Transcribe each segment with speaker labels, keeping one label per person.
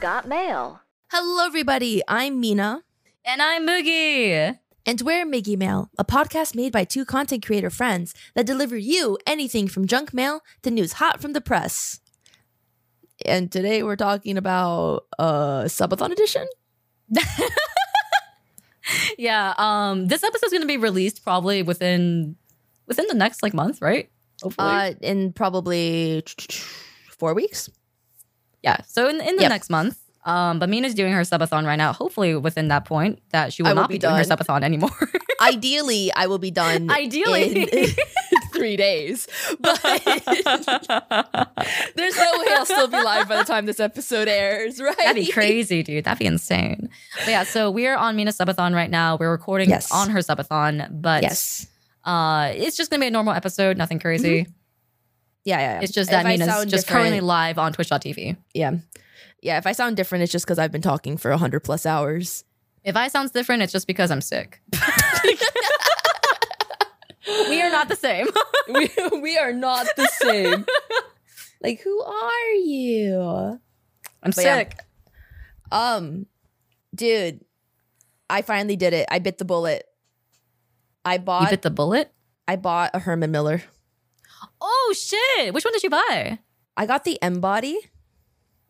Speaker 1: got mail.
Speaker 2: Hello, everybody. I'm Mina,
Speaker 3: And I'm Moogie.
Speaker 2: and we're Miggy Mail, a podcast made by two content creator friends that deliver you anything from junk mail to news hot from the press. And today we're talking about uh subathon edition.
Speaker 3: Yeah. Um. This episode's gonna be released probably within within the next like month, right? Hopefully.
Speaker 2: Uh, in probably four weeks.
Speaker 3: yeah. So in, in the
Speaker 2: yep.
Speaker 3: next month. Um. But Mina's doing her subathon right now. Hopefully within that point that she will,
Speaker 2: I will
Speaker 3: not
Speaker 2: be
Speaker 3: be, doing her
Speaker 2: done.
Speaker 3: subathon anymore.
Speaker 2: Ideally, I will be done.
Speaker 3: Ideally.
Speaker 2: in three days, but. There's no way I'll still be live by the time this episode airs, right?
Speaker 3: That'd be crazy, dude. That'd be insane. But yeah, so we are on Mina's subathon right now. We're recording
Speaker 2: Yes.
Speaker 3: on her subathon, but
Speaker 2: Yes.
Speaker 3: uh, it's just gonna be a normal episode, nothing crazy.
Speaker 2: Yeah, yeah, yeah.
Speaker 3: It's just
Speaker 2: Mm-hmm. If
Speaker 3: that
Speaker 2: I
Speaker 3: Mina's
Speaker 2: sound
Speaker 3: just
Speaker 2: different-
Speaker 3: currently live on Twitch.tv.
Speaker 2: Yeah. Yeah, if I sound different, it's just because I've been talking for 100 plus hours.
Speaker 3: If I sounds different, it's just because I'm sick. we are not the same.
Speaker 2: we, we are not the same. like, who are you?
Speaker 3: I'm
Speaker 2: But yeah.
Speaker 3: sick.
Speaker 2: Um, dude, I finally did it. I bit the bullet. I
Speaker 3: You
Speaker 2: bought
Speaker 3: bit the bullet.
Speaker 2: I bought a Herman Miller.
Speaker 3: Oh shit! Which one did you buy?
Speaker 2: I got the M body.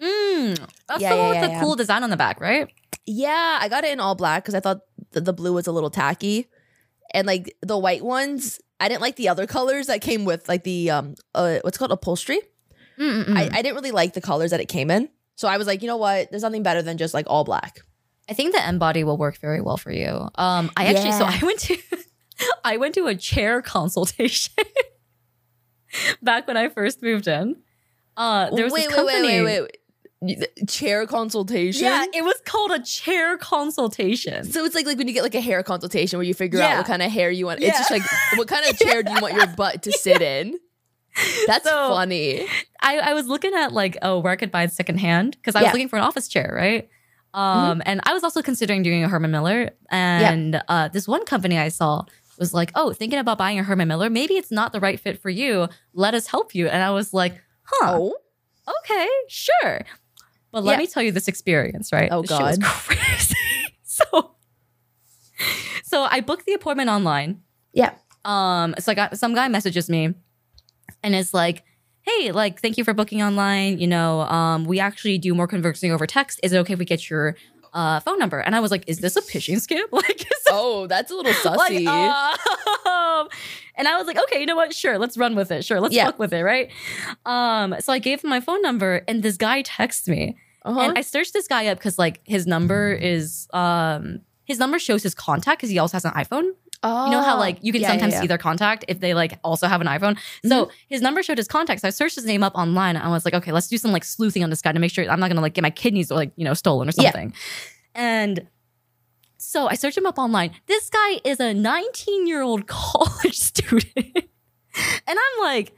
Speaker 3: Mm, that's
Speaker 2: Yeah, yeah,
Speaker 3: the one with
Speaker 2: yeah,
Speaker 3: the
Speaker 2: yeah.
Speaker 3: cool design on the back, right?
Speaker 2: Yeah, I got it in all black because I thought the, the blue was a little tacky, and like the white ones, I didn't like the other colors that came with like the um uh what's it called upholstery.
Speaker 3: Mm, mm, mm.
Speaker 2: I, I didn't really like the colors that it came in, so I was like, you know what, there's nothing better than just like all black.
Speaker 3: I think the M body will work very well for you. Um, I actually, so
Speaker 2: Yeah.
Speaker 3: I went to, I went to a chair consultation back when I first moved in. Uh, there was
Speaker 2: wait,
Speaker 3: this
Speaker 2: wait, wait,
Speaker 3: company.
Speaker 2: wait, wait, wait, The chair consultation.
Speaker 3: Yeah, it was called a chair consultation.
Speaker 2: So it's like like when you get like a hair consultation where you figure out
Speaker 3: Yeah.
Speaker 2: what kind of hair you want. It's
Speaker 3: Yeah.
Speaker 2: just like what kind of chair do you want your butt to sit in? That's
Speaker 3: So-
Speaker 2: funny.
Speaker 3: I, I was looking at like, oh, where I could buy it secondhand because I was
Speaker 2: Yeah.
Speaker 3: looking for an office chair, right? Um, and I was also considering doing a Herman Miller, and uh, this one company I saw was like, oh, thinking about buying a Herman Miller, maybe it's not the right fit for you. Let us help you. And I was like, huh.
Speaker 2: Oh,
Speaker 3: okay, sure. But let
Speaker 2: Yeah.
Speaker 3: me tell you this experience, right?
Speaker 2: Oh,
Speaker 3: This shit was
Speaker 2: God.
Speaker 3: crazy. so, so I booked the appointment online.
Speaker 2: Yeah.
Speaker 3: Um. So I got some guy messages me, and is like, "Hey, like, thank you for booking online. You know, um, we actually do more conversing over text. Is it okay if we get your uh phone number?" And I was like, "Is this a phishing scam? Like, is
Speaker 2: oh, that's a little
Speaker 3: like, uh,
Speaker 2: sussy.
Speaker 3: um, and I was like, okay, you know what? Sure, let's run with it. Sure, let's
Speaker 2: Yeah.
Speaker 3: fuck with it, right? Um, so I gave him my phone number, and this guy texts me,
Speaker 2: uh-huh.
Speaker 3: and I searched this guy up because like his number is um his number shows his contact because he also has an iPhone.
Speaker 2: Oh.
Speaker 3: You know how like you can sometimes see their contact if they like also have an iPhone. So his number showed his contact. So I searched his name up online. And I was like, okay, let's do some like sleuthing on this guy to make sure I'm not gonna like get my kidneys like you know stolen or
Speaker 2: Yeah.
Speaker 3: something. And so I searched him up online. This guy is a 19 year old college student, and I'm like,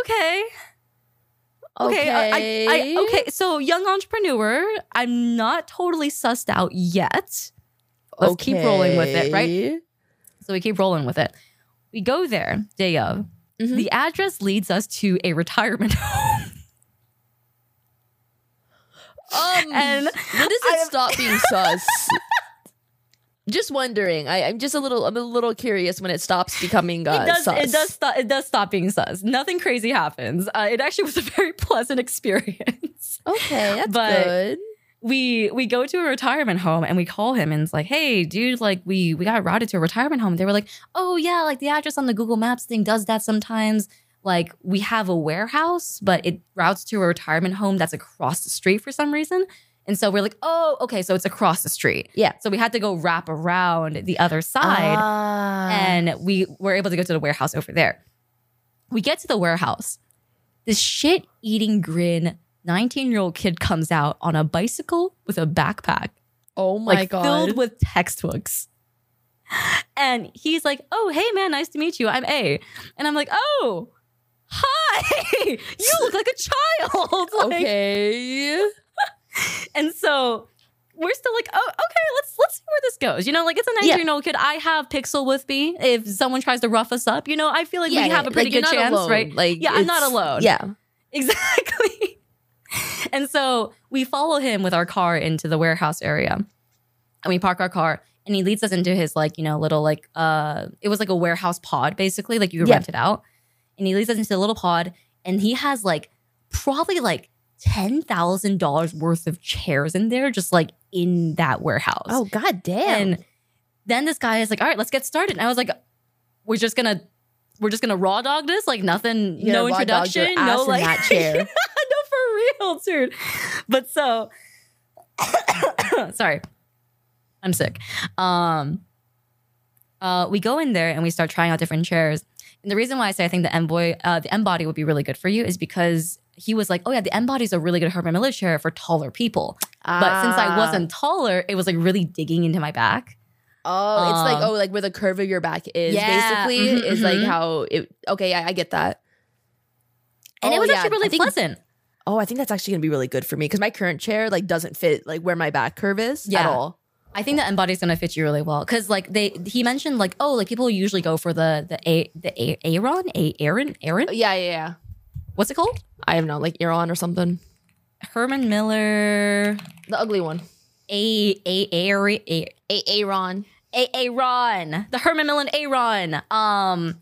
Speaker 3: okay, okay, uh, I- I, I, okay. So young entrepreneur. I'm not totally sussed out yet. Let's keep rolling with it, right? So we keep rolling with it. We go there day of.
Speaker 2: Mhm.
Speaker 3: The address leads us to a retirement home.
Speaker 2: Um,
Speaker 3: And
Speaker 2: when does it stop being sus? Just wondering. I, I'm just a little. I'm a little curious when it stops becoming uh,
Speaker 3: it does
Speaker 2: sus.
Speaker 3: it does stop it does stop being sus. Nothing crazy happens. Uh, it actually was a very pleasant experience.
Speaker 2: Okay, that's
Speaker 3: But-
Speaker 2: good.
Speaker 3: we we go to a retirement home and we call him and it's like, hey, dude, like we we got routed to a retirement home. They were like, oh yeah, like the address on the Google Maps thing does that sometimes. Like we have a warehouse, but it routes to a retirement home that's across the street for some reason. And so we're like, oh, okay, so it's across the street.
Speaker 2: Yeah.
Speaker 3: So we had to go wrap around the other side. uh,
Speaker 2: Ah.
Speaker 3: and we were able to go to the warehouse over there. We get to the warehouse. This shit eating grin 19 year old kid comes out on a bicycle with a backpack,
Speaker 2: oh my
Speaker 3: like
Speaker 2: god.
Speaker 3: filled with textbooks. And he's like, Oh, hey, man, nice to meet you. I'm A. And I'm like, Oh, hi. you look like a child. Like,
Speaker 2: okay.
Speaker 3: and so we're still like, oh, okay, let's let's see where this goes. You know, like it's a 19
Speaker 2: Yeah.
Speaker 3: year old kid. I have Pixel with me. If someone tries to rough us up, you know, I feel like we have a pretty
Speaker 2: you're
Speaker 3: good
Speaker 2: not
Speaker 3: chance,
Speaker 2: alone.
Speaker 3: right?
Speaker 2: Like,
Speaker 3: Yeah, I'm not
Speaker 2: it's-
Speaker 3: alone.
Speaker 2: Yeah.
Speaker 3: Exactly. and so we follow him with our car into the warehouse area and we park our car and he leads us into his like you know little like uh it was like a warehouse pod basically like you could
Speaker 2: Yeah.
Speaker 3: rent it out and he leads us into the little pod and he has like probably like $10,000 worth of chairs in there just like in that warehouse
Speaker 2: Oh god damn.
Speaker 3: and then this guy is like, all right, let's get started. And I was like, we're just gonna we're just gonna raw dog this, like nothing,
Speaker 2: You're
Speaker 3: no
Speaker 2: gonna raw dog your
Speaker 3: introduction,
Speaker 2: ass
Speaker 3: no
Speaker 2: in
Speaker 3: like
Speaker 2: that chair.
Speaker 3: Yeah, no for real, dude. But so sorry. I'm sick. Um uh, we go in there and we start trying out different chairs. And the reason why I say I think the M boy, uh, the M body would be really good for you is because he was like, oh yeah, the M body is a really good Herman Miller chair for taller people. But since I
Speaker 2: Ah.
Speaker 3: wasn't taller, it was like really digging into my back.
Speaker 2: Oh, it's like
Speaker 3: Um,
Speaker 2: oh, like where the curve of your back is
Speaker 3: Yeah,
Speaker 2: basically
Speaker 3: mhm,
Speaker 2: is like
Speaker 3: mhm.
Speaker 2: how it. Okay, I, I get that.
Speaker 3: And it
Speaker 2: Oh,
Speaker 3: was
Speaker 2: yeah,
Speaker 3: actually
Speaker 2: I
Speaker 3: really
Speaker 2: think-
Speaker 3: pleasant.
Speaker 2: Oh, I think that's actually gonna be really good for me because my current chair like doesn't fit like where my back curve is at
Speaker 3: Yeah.
Speaker 2: all.
Speaker 3: I think the M body's gonna fit you really well. Cause like they he mentioned like, oh, like people usually go for the the a the a Aaron? A Aaron? Aaron?
Speaker 2: Uh, Yeah, yeah, yeah.
Speaker 3: What's it called?
Speaker 2: I have not like ear on or something.
Speaker 3: Herman Miller
Speaker 2: The ugly one.
Speaker 3: A A Aaron A
Speaker 2: A Aaron.
Speaker 3: A Aaron. The Herman Miller Aaron. Um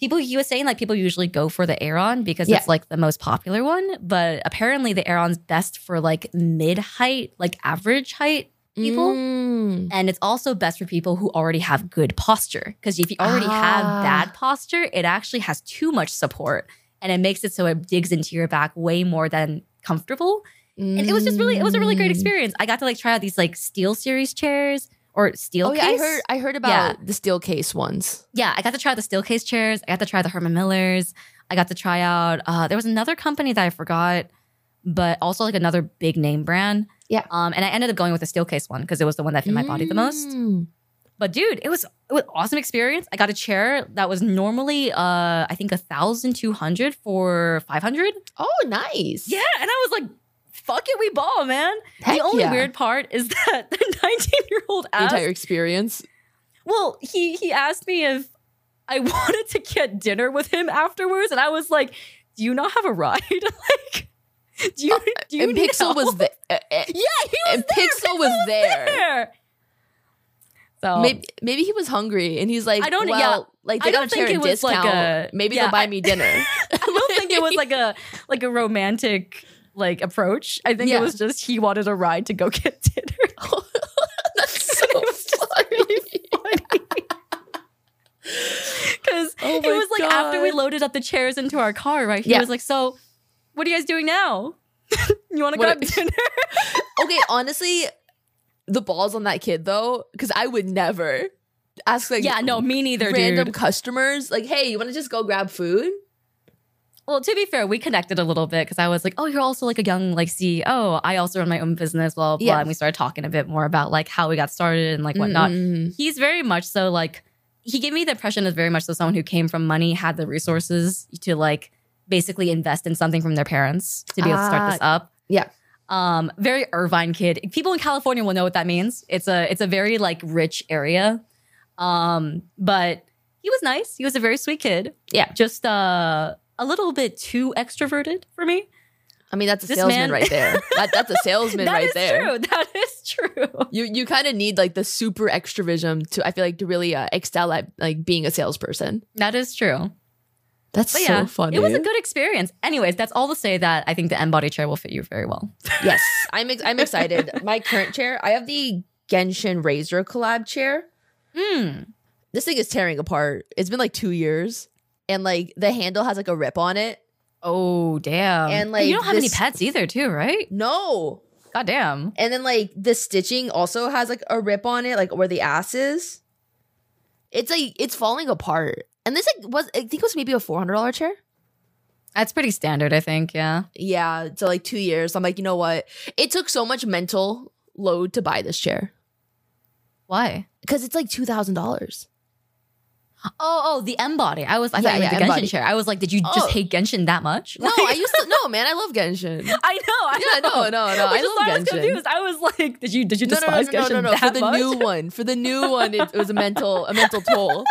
Speaker 3: People he was saying like people usually go for the Aaron because
Speaker 2: Yeah.
Speaker 3: it's like the most popular one, but apparently the Aaron's best for like mid height, like average height people.
Speaker 2: Mm.
Speaker 3: And it's also best for people who already have good posture. Because if you already
Speaker 2: Ah.
Speaker 3: have bad posture, it actually has too much support and it makes it so it digs into your back way more than comfortable. And it was just really, it was a really great
Speaker 2: Mm.
Speaker 3: experience. I got to like try out these like steel series chairs or steel
Speaker 2: Oh
Speaker 3: case.
Speaker 2: yeah, I heard I heard about the steel case ones.
Speaker 3: Yeah, I got to try out the steel case chairs. I got to try the Herman Millers. I got to try out, uh, there was another company that I forgot, but also like another big name brand.
Speaker 2: Yeah.
Speaker 3: Um, and I ended up going with the steel case one because it was the one that fit my body the most.
Speaker 2: Mm.
Speaker 3: But dude, it was it was awesome experience. I got a chair that was normally uh I think a thousand two hundred for five hundred.
Speaker 2: Oh, nice.
Speaker 3: Yeah, and I was like, fuck it, we ball, man.
Speaker 2: Heck
Speaker 3: the only
Speaker 2: yeah.
Speaker 3: weird part is that the nineteen year old
Speaker 2: The
Speaker 3: asked
Speaker 2: entire experience.
Speaker 3: Well, he he asked me if I wanted to get dinner with him afterwards, and I was like, Do you not have a ride? like do you do you
Speaker 2: and Pixel
Speaker 3: know?
Speaker 2: was there.
Speaker 3: Yeah, he was
Speaker 2: and Pixel was there. Oh.
Speaker 3: there. So
Speaker 2: Maybe, maybe he was hungry and he's like,
Speaker 3: I don't- yeah,
Speaker 2: well, like they
Speaker 3: I
Speaker 2: got
Speaker 3: don't
Speaker 2: a chair
Speaker 3: think
Speaker 2: and
Speaker 3: it was like
Speaker 2: discount.
Speaker 3: a-
Speaker 2: maybe
Speaker 3: yeah,
Speaker 2: they'll buy
Speaker 3: I-
Speaker 2: me dinner.
Speaker 3: I don't think it was like a like a romantic like approach. I think
Speaker 2: Yeah. Oh
Speaker 3: it was just he wanted a ride to go get dinner.
Speaker 2: That's so
Speaker 3: it was just really funny. Because
Speaker 2: Oh
Speaker 3: it
Speaker 2: my
Speaker 3: was like after we
Speaker 2: God.
Speaker 3: loaded up the chairs into our car, right? He
Speaker 2: Yeah.
Speaker 3: was like, "So, what are you guys doing now? you want to
Speaker 2: What-
Speaker 3: grab dinner?"
Speaker 2: okay, honestly, the balls on that kid though, because I would never ask like
Speaker 3: yeah, no, me neither,
Speaker 2: random
Speaker 3: dude.
Speaker 2: customers like, hey, you want to just go grab food?
Speaker 3: Well, to be fair, we connected a little bit because I was like, "Oh, you're also like a young like CEO. I also run my own business." Blah blah. blah.
Speaker 2: Yeah.
Speaker 3: And we started talking a bit more about like how we got started and like whatnot.
Speaker 2: Mm-mm.
Speaker 3: he's very much so like he gave me the impression of very much so someone who came from money had the resources to like basically invest in something from their parents to be able to start this up
Speaker 2: yeah.
Speaker 3: um very irvine kid people in california will know what that means it's a it's a very like rich area um but he was nice he was a very sweet kid
Speaker 2: Yeah.
Speaker 3: just uh a little bit too extroverted for me
Speaker 2: I mean, that's a
Speaker 3: This
Speaker 2: salesman
Speaker 3: man-
Speaker 2: right there. That, that's a salesman
Speaker 3: That
Speaker 2: right
Speaker 3: is
Speaker 2: there.
Speaker 3: true that is true
Speaker 2: You you kind of need like the super extrovision to I feel like to really uh, excel at like being a salesperson.
Speaker 3: that is true
Speaker 2: That's so
Speaker 3: But yeah,
Speaker 2: funny.
Speaker 3: It was a good experience. Anyways, that's all to say that I think the M body chair will fit you very well.
Speaker 2: yes, I'm ex- I'm excited. My current chair, I have the Genshin Razor collab chair. Hmm.
Speaker 3: Mm.
Speaker 2: This thing is tearing apart. It's been like two years, and like the handle has like a rip on it.
Speaker 3: Oh damn!
Speaker 2: And, like,
Speaker 3: you don't have any
Speaker 2: this-
Speaker 3: pets either, too, right?
Speaker 2: No,
Speaker 3: God damn!
Speaker 2: and then like the stitching also has like a rip on it, like where the ass is. It's like it's falling apart. And this like was I think it was maybe a four hundred dollar chair.
Speaker 3: That's pretty standard, I think. Yeah.
Speaker 2: yeah so like two years i'm like you know what it took so much mental load to buy this chair
Speaker 3: Why?
Speaker 2: because it's like $2000
Speaker 3: Oh, oh, the M body. I was, I
Speaker 2: Yeah,
Speaker 3: thought you meant
Speaker 2: yeah,
Speaker 3: the Genshin
Speaker 2: M-body.
Speaker 3: chair. I was like, did you
Speaker 2: Oh.
Speaker 3: just hate Genshin that much?
Speaker 2: no i used to no man i love genshin yeah
Speaker 3: I know. I
Speaker 2: no
Speaker 3: know.
Speaker 2: no no
Speaker 3: Which
Speaker 2: i
Speaker 3: is why I
Speaker 2: love
Speaker 3: was
Speaker 2: genshin
Speaker 3: confused. I was like, did you did you
Speaker 2: no, no, no,
Speaker 3: despise
Speaker 2: no, no, no,
Speaker 3: Genshin
Speaker 2: no, For
Speaker 3: that
Speaker 2: the
Speaker 3: much?
Speaker 2: new one, for the new one, it, it was a mental, a mental toll.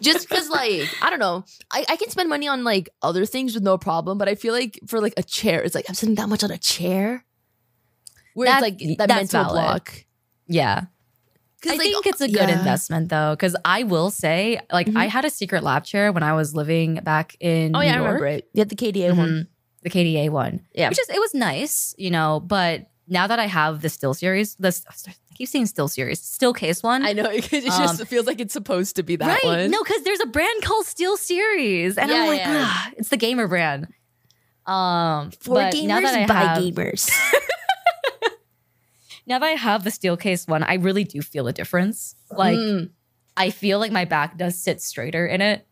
Speaker 2: Just because, like, I don't know, I, I can spend money on like other things with no problem, but I feel like for like a chair, it's like I'm spending that much on a chair. Where
Speaker 3: That-
Speaker 2: it's like that
Speaker 3: that's
Speaker 2: mental
Speaker 3: valid.
Speaker 2: block.
Speaker 3: Yeah.
Speaker 2: 'Cause,
Speaker 3: I
Speaker 2: like,
Speaker 3: think it's a good
Speaker 2: yeah.
Speaker 3: investment though, because I will say, like, I
Speaker 2: Mhm.
Speaker 3: had a secret lab chair when I was living back in
Speaker 2: Oh
Speaker 3: New
Speaker 2: yeah, I
Speaker 3: York.
Speaker 2: remember Mm-hmm. it. You had the KDA one.
Speaker 3: Mhm. the KDA one.
Speaker 2: Yeah.
Speaker 3: which is it was nice, you know. But now that I have the Still series, this I keep saying Still series, Still Case one.
Speaker 2: I know it just feels like it's supposed to be that
Speaker 3: right?
Speaker 2: Um, one.
Speaker 3: No, because there's a brand called Steel Series, and
Speaker 2: Yeah,
Speaker 3: I'm like,
Speaker 2: yeah.
Speaker 3: ah, it's the gamer brand. Um,
Speaker 2: for
Speaker 3: but
Speaker 2: gamers
Speaker 3: now that I
Speaker 2: by
Speaker 3: have,
Speaker 2: gamers.
Speaker 3: now that I have the Steel Case one, I really do feel a difference. Like,
Speaker 2: Mm.
Speaker 3: I feel like my back does sit straighter in it.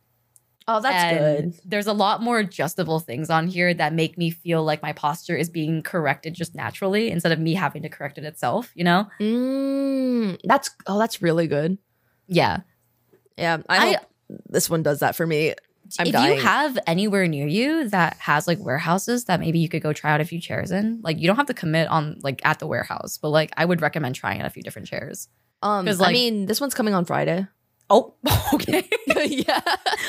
Speaker 2: oh, that's
Speaker 3: And
Speaker 2: good.
Speaker 3: There's a lot more adjustable things on here that make me feel like my posture is being corrected just naturally instead of me having to correct it itself, you know?
Speaker 2: Mm, that's oh, that's really good.
Speaker 3: Yeah.
Speaker 2: Yeah,
Speaker 3: I-
Speaker 2: I, hope this one does that for me. I'm
Speaker 3: if
Speaker 2: dying.
Speaker 3: you have anywhere near you that has like warehouses that maybe you could go try out a few chairs in, like you don't have to commit on like at the warehouse, but like I would recommend trying out a few different chairs.
Speaker 2: Um,
Speaker 3: 'Cause,
Speaker 2: I
Speaker 3: like-
Speaker 2: mean, this one's coming on Friday.
Speaker 3: Oh, okay.
Speaker 2: yeah,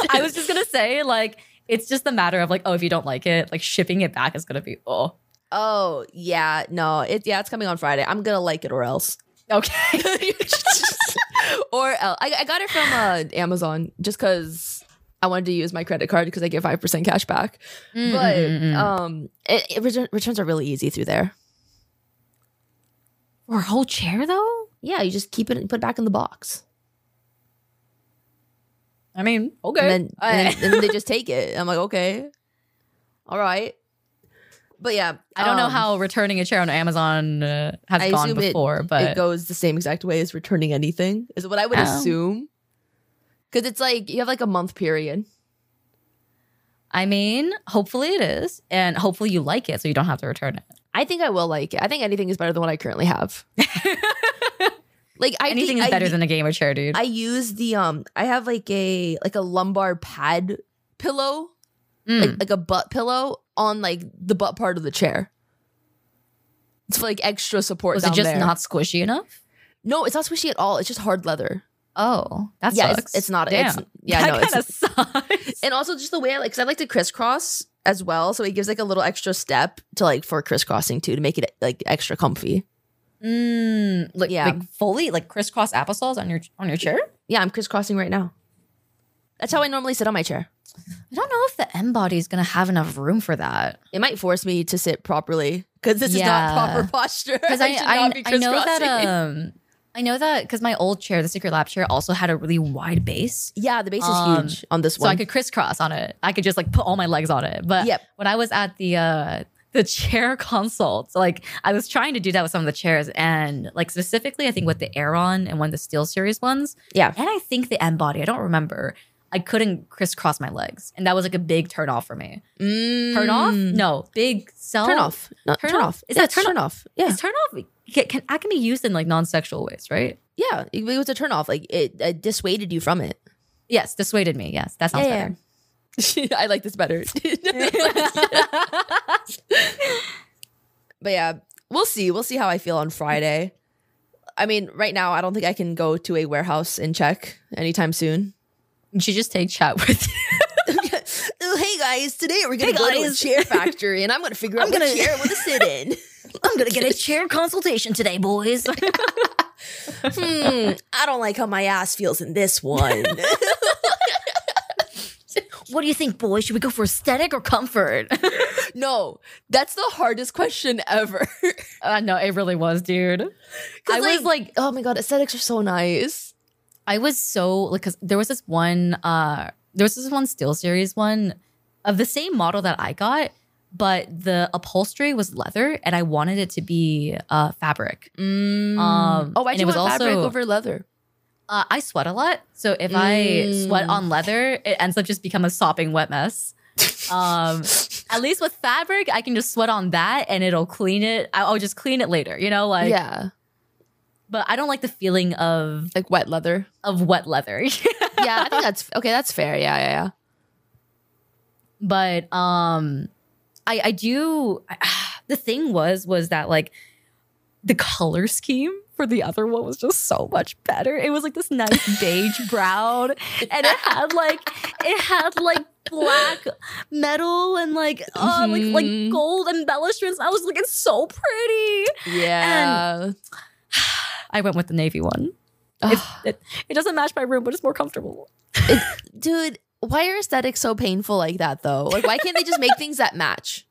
Speaker 3: I was just gonna say, like, it's just a matter of like, oh, if you don't like it, like shipping it back is gonna be oh.
Speaker 2: Oh yeah, no, it yeah, it's coming on Friday. I'm gonna like it or else.
Speaker 3: Okay.
Speaker 2: or else. I, I got it from uh, Amazon just because I wanted to use my credit card because I get five percent cash back. But
Speaker 3: uh,
Speaker 2: um, it, it return, returns are really easy through there.
Speaker 3: or whole chair though?
Speaker 2: Yeah, you just keep it and put it back in the box,
Speaker 3: I mean, okay.
Speaker 2: and then and, then- and then they just take it. I'm like, okay, all right, but yeah,
Speaker 3: I don't know
Speaker 2: um,
Speaker 3: how returning a chair on Amazon uh, has
Speaker 2: I
Speaker 3: gone
Speaker 2: assume it-
Speaker 3: before, but
Speaker 2: it goes the same exact way as returning anything is what i would
Speaker 3: Oh.
Speaker 2: assume because it's like you have like a month period
Speaker 3: I mean, hopefully it is, and hopefully you like it, so you don't have to return it.
Speaker 2: i think i will like it i think anything is better than what i currently have like I
Speaker 3: Anything
Speaker 2: think
Speaker 3: is better
Speaker 2: I,
Speaker 3: than a gamer chair, dude.
Speaker 2: i use the um i have like a like a lumbar pad pillow
Speaker 3: Mm.
Speaker 2: like, like a butt pillow on like the butt part of the chair it's for like extra support
Speaker 3: Was it
Speaker 2: down
Speaker 3: just
Speaker 2: there.
Speaker 3: not squishy enough?
Speaker 2: no it's not squishy at all it's just hard leather
Speaker 3: Oh, that
Speaker 2: yeah
Speaker 3: sucks.
Speaker 2: it's, it's not
Speaker 3: Damn.
Speaker 2: it's yeah
Speaker 3: that
Speaker 2: no it's,
Speaker 3: kind of sucks.
Speaker 2: And also just the way I like, because I like to crisscross as well, so it gives like a little extra step to like for crisscrossing too to make it like extra comfy.
Speaker 3: Mm, like,
Speaker 2: Yeah.
Speaker 3: like fully like crisscross applesauce on your on your chair.
Speaker 2: Yeah, I'm crisscrossing right now. That's how I normally sit on my chair.
Speaker 3: I don't know if the M body is gonna have enough room for that.
Speaker 2: It might force me to sit properly because this
Speaker 3: Yeah.
Speaker 2: is not proper posture.
Speaker 3: because I,
Speaker 2: should
Speaker 3: I,
Speaker 2: not be
Speaker 3: I know that
Speaker 2: crisscrossing.
Speaker 3: um I know that because my old chair, the Secret Lab chair, also had a really wide base,
Speaker 2: yeah, the base
Speaker 3: um,
Speaker 2: is huge on this
Speaker 3: so I
Speaker 2: one.
Speaker 3: could crisscross on it. I could just like put all my legs on it. But
Speaker 2: Yep.
Speaker 3: when I was at the uh the chair consults, like I was trying to do that with some of the chairs, and like specifically, I think with the Aeron and one of the Steel Series ones,
Speaker 2: yeah,
Speaker 3: and I think the M body. I don't remember. I couldn't crisscross my legs, and that was like a big turn off for me. Turn off?
Speaker 2: Mm.
Speaker 3: No, big self.
Speaker 2: Turn off. No,
Speaker 3: Turn
Speaker 2: turn,
Speaker 3: off.
Speaker 2: off.
Speaker 3: Is
Speaker 2: Yeah,
Speaker 3: that
Speaker 2: it's
Speaker 3: turn
Speaker 2: turn off? Yeah,
Speaker 3: Is turn off can, can, that can be used in like non sexual ways, right?
Speaker 2: yeah. It, it was a turn off. Like it, it dissuaded you from it.
Speaker 3: Yes, dissuaded me. Yes, that sounds
Speaker 2: Yeah, yeah.
Speaker 3: better.
Speaker 2: I like this better. But yeah, we'll see. We'll see how I feel on Friday. I mean, right now, I don't think I can go to a warehouse and check anytime soon.
Speaker 3: you should just take chat with you.
Speaker 2: Oh, hey guys, today we're gonna
Speaker 3: Hey,
Speaker 2: go to a
Speaker 3: guys.
Speaker 2: chair factory, and I'm gonna figure out
Speaker 3: gonna-
Speaker 2: what chair I want to sit in.
Speaker 3: I'm gonna get a chair consultation today, boys.
Speaker 2: hmm, I don't like how my ass feels in this one.
Speaker 3: what do you think, boys? Should we go for aesthetic or comfort?
Speaker 2: no, that's the hardest question ever.
Speaker 3: uh, no, it really was, dude.
Speaker 2: 'Cause,
Speaker 3: I was like,
Speaker 2: oh my god, aesthetics are so nice.
Speaker 3: I was so like, cause there was this one, uh, there was this one Steel Series one of the same model that I got, but the upholstery was leather, and I wanted it to be uh, fabric. Um,
Speaker 2: oh, I
Speaker 3: and
Speaker 2: do
Speaker 3: it was
Speaker 2: want fabric
Speaker 3: also-
Speaker 2: over leather.
Speaker 3: Uh, I sweat a lot, so if I
Speaker 2: Mm.
Speaker 3: sweat on leather, it ends up just become a sopping wet mess. Um, at least with fabric, I can just sweat on that and it'll clean it. I- I'll just clean it later, you know, like.
Speaker 2: yeah,
Speaker 3: But I don't like the feeling of
Speaker 2: like wet leather.
Speaker 3: of wet leather.
Speaker 2: yeah, I think that's okay. That's fair. Yeah, yeah, yeah.
Speaker 3: but um, I I do. I, the thing was was that like the color scheme for for the other one was just so much better. It was like this nice beige brown, and it had like it had like black metal and like uh, like
Speaker 2: Mhm.
Speaker 3: like gold embellishments. I was like, it's so pretty.
Speaker 2: Yeah.
Speaker 3: I went with the navy one. It's, it, it doesn't match my room, but it's more comfortable.
Speaker 2: Dude, why are aesthetics so painful like that though? Like why can't they just make things that match?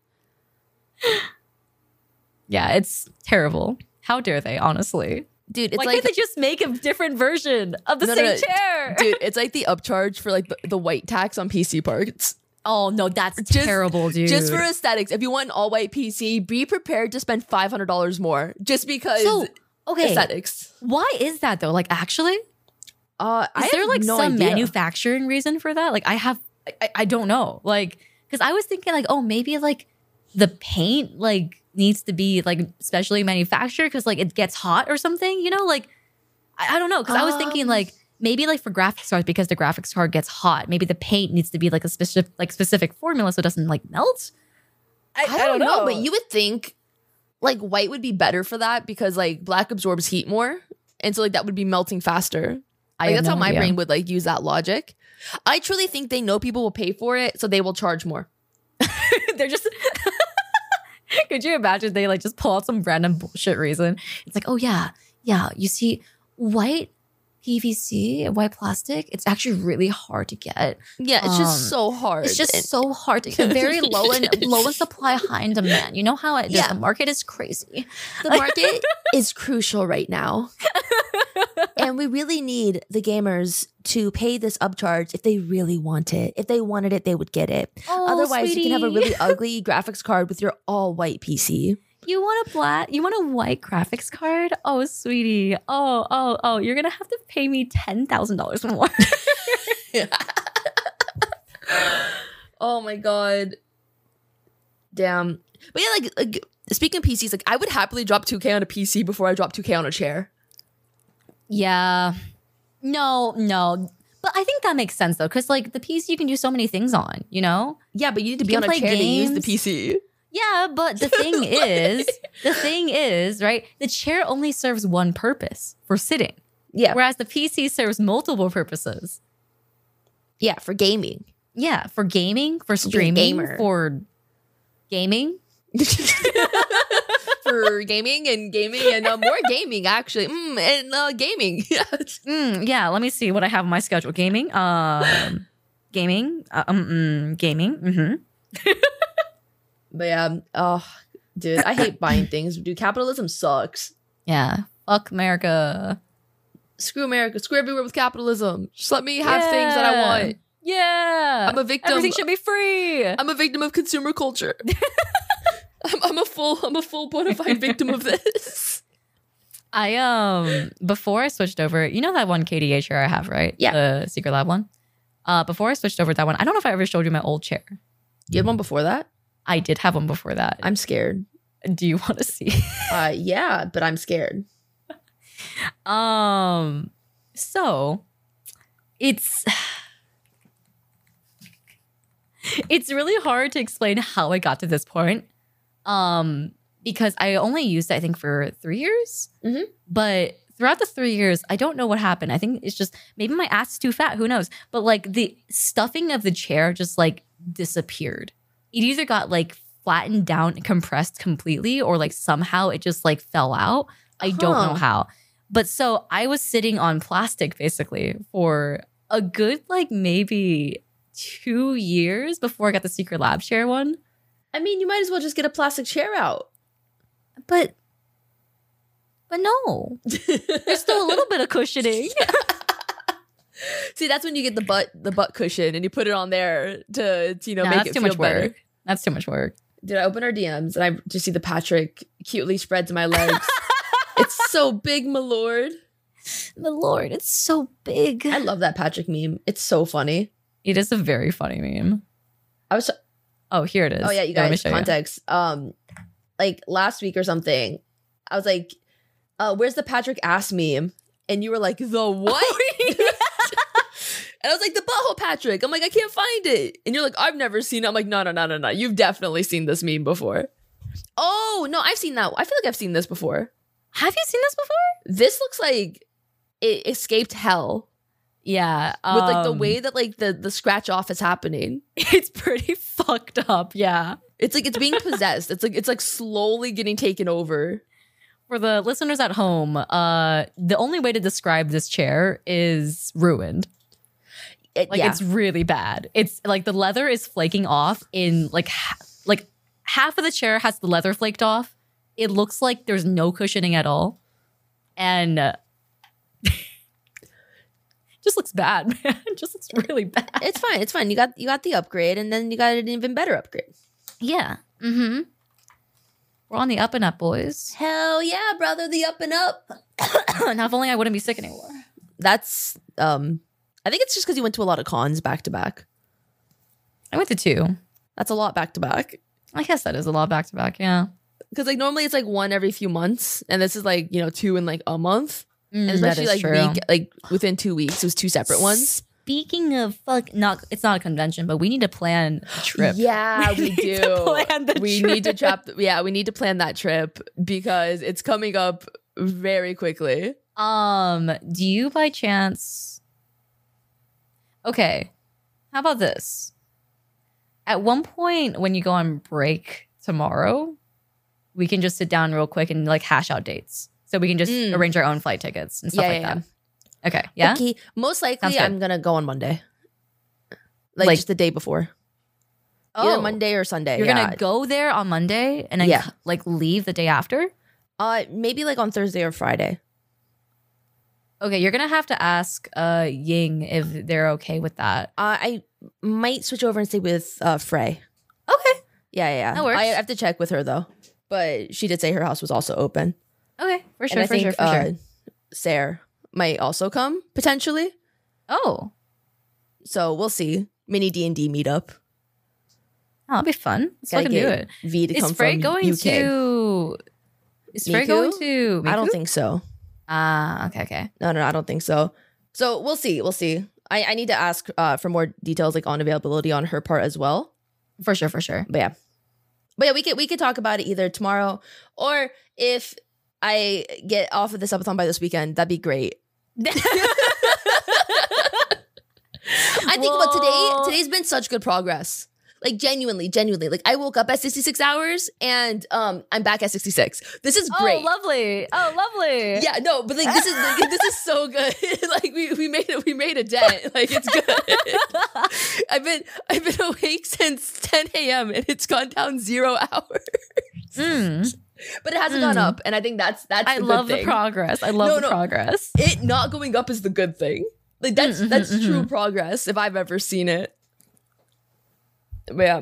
Speaker 3: Yeah, it's terrible. How dare they? Honestly,
Speaker 2: Dude, it's
Speaker 3: why
Speaker 2: like
Speaker 3: can't they just make a different version of the
Speaker 2: No, no,
Speaker 3: same
Speaker 2: no.
Speaker 3: chair?
Speaker 2: dude, it's like the upcharge for like the, the white tax on PC parts.
Speaker 3: oh no, that's
Speaker 2: Just-
Speaker 3: terrible, dude.
Speaker 2: Just for aesthetics, if you want an all white PC, be prepared to spend five hundred dollars more just because
Speaker 3: so okay.
Speaker 2: aesthetics.
Speaker 3: Why is that though? Like, actually, is
Speaker 2: Uh, I
Speaker 3: there
Speaker 2: have
Speaker 3: like
Speaker 2: no
Speaker 3: some
Speaker 2: idea.
Speaker 3: manufacturing reason for that? Like, I have, I- I, I don't know. Like, because I was thinking, like, oh, maybe like the paint like needs to be like specially manufactured because like it gets hot or something. You know, like I, I don't know. Because I was thinking
Speaker 2: Um.
Speaker 3: like maybe like for graphics cards because the graphics card gets hot, maybe the paint needs to be like a specific like specific formula so it doesn't like melt.
Speaker 2: I, don't, know. but you would think like white would be better for that because like black absorbs heat more, and so like that would be melting faster.
Speaker 3: I
Speaker 2: Like,
Speaker 3: have
Speaker 2: that's
Speaker 3: no
Speaker 2: how my
Speaker 3: idea.
Speaker 2: brain would like use that logic. I truly think they know people will pay for it, so they will charge more.
Speaker 3: they're just could you imagine they like just pull out some random bullshit reason it's like oh yeah yeah you see white pvc white plastic it's actually really hard to get
Speaker 2: Yeah, it's
Speaker 3: Um,
Speaker 2: just so hard.
Speaker 3: it's just
Speaker 2: And-
Speaker 3: so hard to get very low in low in supply high in demand you know how it is
Speaker 2: Yeah.
Speaker 3: the market is crazy
Speaker 2: the market is crucial right now. and we really need the gamers to pay this upcharge if they really want it. If they wanted it, they would get it.
Speaker 3: oh,
Speaker 2: Otherwise, you can have a
Speaker 3: sweetie.
Speaker 2: really ugly graphics card with your all white PC.
Speaker 3: you want a black you want a white graphics card oh sweetie oh oh oh you're gonna have to pay me $10000 more
Speaker 2: oh my god. Damn. But yeah, like, like speaking of PCs, like I would happily drop 2K on a PC before I drop 2K on a chair.
Speaker 3: Yeah. No, no. But I think that makes sense though, because like the PC you can do so many things on, you know?
Speaker 2: Yeah, but you need to be
Speaker 3: can
Speaker 2: on a
Speaker 3: play
Speaker 2: chair to
Speaker 3: games.
Speaker 2: use the PC.
Speaker 3: Yeah, but the thing is, the thing is, right? The chair only serves one purpose for sitting,
Speaker 2: Yeah.
Speaker 3: whereas the PC serves multiple purposes.
Speaker 2: Yeah, for gaming.
Speaker 3: Yeah, for gaming, for
Speaker 2: a
Speaker 3: streaming,
Speaker 2: gamer.
Speaker 3: for gaming.
Speaker 2: for gaming and gaming and uh, more gaming actually mm, and uh, gaming
Speaker 3: Mm, yeah, let me see what I have on my schedule. Gaming, um, gaming, uh, um, mm, gaming. hmm
Speaker 2: but yeah oh dude i hate buying things dude capitalism sucks
Speaker 3: Yeah, fuck America.
Speaker 2: screw america screw everywhere with capitalism just let me have things that i
Speaker 3: Yeah.
Speaker 2: want
Speaker 3: Yeah,
Speaker 2: i'm a victim
Speaker 3: Everything should be free.
Speaker 2: i'm a victim of consumer culture I'm, I'm a full i'm a full bona fide victim of this
Speaker 3: I um before I switched over, you know that one KDA chair I have, right?
Speaker 2: Yeah.
Speaker 3: The Secret Lab one. Uh before I switched over to that one, I don't know if I ever showed you my old chair.
Speaker 2: you had one before that
Speaker 3: I did have one before that.
Speaker 2: i'm scared
Speaker 3: Do you want to see?
Speaker 2: uh yeah but i'm scared
Speaker 3: um so it's it's really hard to explain how I got to this point. Um because I only used it, I think for 3 years.
Speaker 2: Mhm.
Speaker 3: But throughout the 3 years, I don't know what happened. I think it's just maybe my ass is too fat, who knows. But like the stuffing of the chair just like disappeared. It either got like flattened down, compressed completely or like somehow it just like fell out. I don't
Speaker 2: Huh.
Speaker 3: know how. But so I was sitting on plastic basically for a good like maybe two years before I got the secret lab chair one.
Speaker 2: i mean you might as well just get a plastic chair out
Speaker 3: But but no, there's still a little bit of cushioning.
Speaker 2: See, that's when you get the butt the butt cushion and you put it on there to, to, you know
Speaker 3: Nah,
Speaker 2: make
Speaker 3: that's
Speaker 2: it
Speaker 3: too
Speaker 2: feel
Speaker 3: much
Speaker 2: better.
Speaker 3: work. That's too much work.
Speaker 2: Did I open our DMs and I just see the Patrick cutely spreads my legs. it's so big, my lord.
Speaker 3: The Lord, it's so big.
Speaker 2: I love that Patrick meme. It's so funny.
Speaker 3: It is a very funny meme.
Speaker 2: I was
Speaker 3: Oh, here it is.
Speaker 2: oh yeah, you
Speaker 3: Let me
Speaker 2: guys
Speaker 3: show you.
Speaker 2: context. Um, like last week or something, I was like, uh, "Where's the Patrick ass meme?" And you were like, "The what?"
Speaker 3: Oh,
Speaker 2: And I was like, the butthole Patrick. I'm like, I can't find it. And you're like, I've never seen it. I'm like, no, no, no, no, no. You've definitely seen this meme before. Oh, no, I've seen that. I feel like I've seen this before.
Speaker 3: Have you seen this before?
Speaker 2: This looks like it escaped hell
Speaker 3: Yeah.
Speaker 2: with like the
Speaker 3: um,
Speaker 2: way that like the the scratch off is happening.
Speaker 3: it's pretty fucked up. Yeah.
Speaker 2: It's like it's being possessed. It's like it's like slowly getting taken over.
Speaker 3: For the listeners at home, uh, the only way to describe this chair is ruined.
Speaker 2: It-
Speaker 3: Like
Speaker 2: yeah.
Speaker 3: it's really bad. It's like the leather is flaking off in like ha- like half of the chair has the leather flaked off. It looks like there's no cushioning at all, and uh, just looks bad, man. just looks really bad.
Speaker 2: it's fine. It's fine. You got you got the upgrade, and then you got an even better upgrade.
Speaker 3: Yeah. Mm-hmm. We're on the up and up, boys.
Speaker 2: Hell yeah, brother! The up and up.
Speaker 3: Now, if only I wouldn't be sick anymore.
Speaker 2: That's um. I think it's just because you went to a lot of cons back to back.
Speaker 3: I went to two.
Speaker 2: That's a lot back to back.
Speaker 3: I guess that is a lot back to back. Yeah.
Speaker 2: Because like normally it's like one every few months, and this is like you know two in like a month,
Speaker 3: Mm,
Speaker 2: and especially like week like within two weeks it was two separate ones.
Speaker 3: Speaking of fuck, not it's not a convention, but we need to plan a trip.
Speaker 2: Yeah, we,
Speaker 3: We
Speaker 2: do.
Speaker 3: need to plan the
Speaker 2: we need to
Speaker 3: trip.
Speaker 2: trap. Yeah, we need to plan that trip because it's coming up very quickly.
Speaker 3: Um, do you by chance? Okay, how about this? At one point, when you go on break tomorrow, we can just sit down real quick and like hash out dates. So we can just
Speaker 2: Mm.
Speaker 3: arrange our own flight tickets and stuff
Speaker 2: Yeah,
Speaker 3: like
Speaker 2: yeah,
Speaker 3: that. Okay, yeah.
Speaker 2: Okay. Most likely,
Speaker 3: Sounds good.
Speaker 2: I'm gonna go on Monday, like,
Speaker 3: Like- Oh.
Speaker 2: just the day before. Either Monday or Sunday.
Speaker 3: You're
Speaker 2: yeah.
Speaker 3: gonna go there on Monday and then
Speaker 2: Yeah.
Speaker 3: c- like leave the day after.
Speaker 2: Uh, maybe like on Thursday or Friday.
Speaker 3: Okay, you're gonna have to ask uh Ying if they're okay with that.
Speaker 2: Uh, I might switch over and stay with uh, Frey.
Speaker 3: Okay.
Speaker 2: Yeah, yeah. yeah.
Speaker 3: That works.
Speaker 2: I have to check with her though, but she did say her house was also open.
Speaker 3: Okay, for
Speaker 2: And
Speaker 3: sure,
Speaker 2: I
Speaker 3: for
Speaker 2: think,
Speaker 3: sure, for
Speaker 2: uh,
Speaker 3: sure.
Speaker 2: Sarah might also come potentially.
Speaker 3: Oh,
Speaker 2: So we'll see. Mini D and D meetup.
Speaker 3: that'll be fun. Let's
Speaker 2: Gotta
Speaker 3: fucking do
Speaker 2: get
Speaker 3: it.
Speaker 2: V to
Speaker 3: Is
Speaker 2: come
Speaker 3: Frey
Speaker 2: from
Speaker 3: going
Speaker 2: UK.
Speaker 3: to? Is Frey
Speaker 2: Miku?
Speaker 3: going to?
Speaker 2: I don't
Speaker 3: Miku?
Speaker 2: think so.
Speaker 3: Ah, okay, okay.
Speaker 2: No, no, I don't think so. So we'll see. We'll see. I, I need to ask uh, for more details like on availability on her part as well.
Speaker 3: For sure, for sure.
Speaker 2: But yeah. But yeah, we could we could talk about it either tomorrow or if I get off of this episode by this weekend, that'd be great.
Speaker 3: Oh,
Speaker 2: I think about
Speaker 3: Well-
Speaker 2: today. Today's been such good progress. Like genuinely, genuinely. Like I woke up at 66 hours and um I'm back at 66. This is great.
Speaker 3: Oh, lovely. Oh, lovely.
Speaker 2: Yeah, no, but like this is like, this is so good. like we we made it we made a dent. Like it's good. I've been I've been awake since 10 a.m. and it's gone down zero hour,
Speaker 3: Mm,
Speaker 2: but it hasn't gone
Speaker 3: Mm.
Speaker 2: up. And I think that's that's
Speaker 3: I
Speaker 2: the
Speaker 3: love
Speaker 2: good
Speaker 3: the
Speaker 2: thing.
Speaker 3: progress. I love
Speaker 2: No,
Speaker 3: the
Speaker 2: no.
Speaker 3: progress.
Speaker 2: It not going up is the good thing. Like that's
Speaker 3: Mhm,
Speaker 2: that's
Speaker 3: mhm,
Speaker 2: true progress if I've ever seen it. But yeah,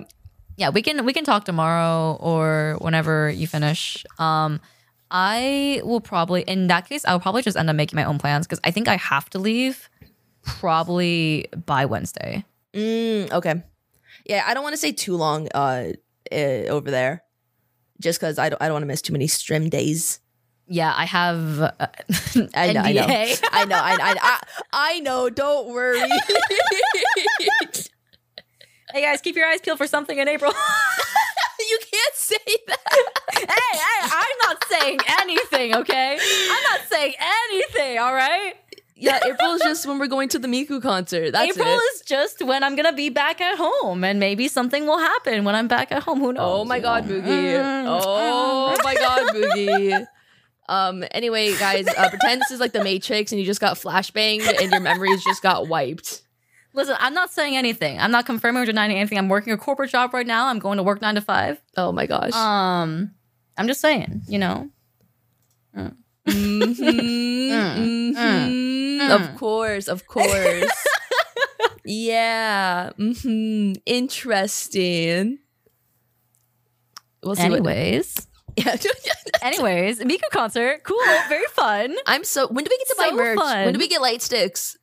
Speaker 3: yeah we can we can talk tomorrow or whenever you finish um i will probably in that case i'll probably just end up making my own plans because i think i have to leave probably by wednesday
Speaker 2: Mm, okay, yeah, I don't want to stay too long uh, uh over there, just because I don't I don't want to miss too many stream days.
Speaker 3: yeah i have uh,
Speaker 2: I know,
Speaker 3: NDA.
Speaker 2: I know, I know, I, I, I know. Don't worry. you
Speaker 3: hey guys keep your eyes peeled for something in april
Speaker 2: can't say that.
Speaker 3: hey, hey i'm not saying anything okay i'm not saying anything all right
Speaker 2: Yeah, April is just when we're going to the Miku concert. That's
Speaker 3: april
Speaker 2: it.
Speaker 3: is just when i'm gonna be back at home and maybe something will happen when i'm back at home who knows Mm.
Speaker 2: oh my
Speaker 3: you
Speaker 2: god,
Speaker 3: know?
Speaker 2: Boogie. Oh my god, Boogie. Um. Anyway, guys, uh, pretend this is like the Matrix, and you just got flashbanged, and your memories just got wiped.
Speaker 3: Listen, I'm not saying anything. I'm not confirming or denying anything. I'm working a corporate job right now. I'm going to work nine to five.
Speaker 2: Oh my gosh.
Speaker 3: Um, I'm just saying, you know.
Speaker 2: Mhm, mhm.
Speaker 3: Mm, mm.
Speaker 2: Of course, of course. yeah. hmm Interesting. We'll see what.
Speaker 3: Anyways,
Speaker 2: Yeah.
Speaker 3: anyways, Miku concert, cool, very fun.
Speaker 2: I'm so. When do we get to buy
Speaker 3: So
Speaker 2: merch? When
Speaker 3: fun.
Speaker 2: do we get light sticks,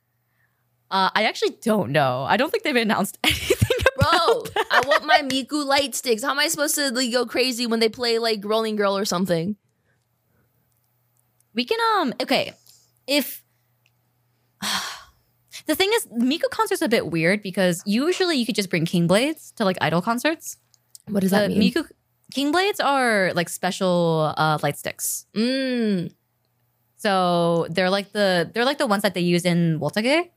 Speaker 3: Uh, I actually don't know. I don't think they've announced anything.
Speaker 2: bro? I want my Miku light sticks. How am I supposed to like, go crazy when they play like Rolling Girl or something?
Speaker 3: We can um okay. If the thing is, Miku concerts a bit weird because usually you could just bring King Blades to like idol concerts.
Speaker 2: What does
Speaker 3: But Miku King Blades are like special uh, light uh, sticks.
Speaker 2: Mm.
Speaker 3: So they're like the they're like the ones that they use in Wotage.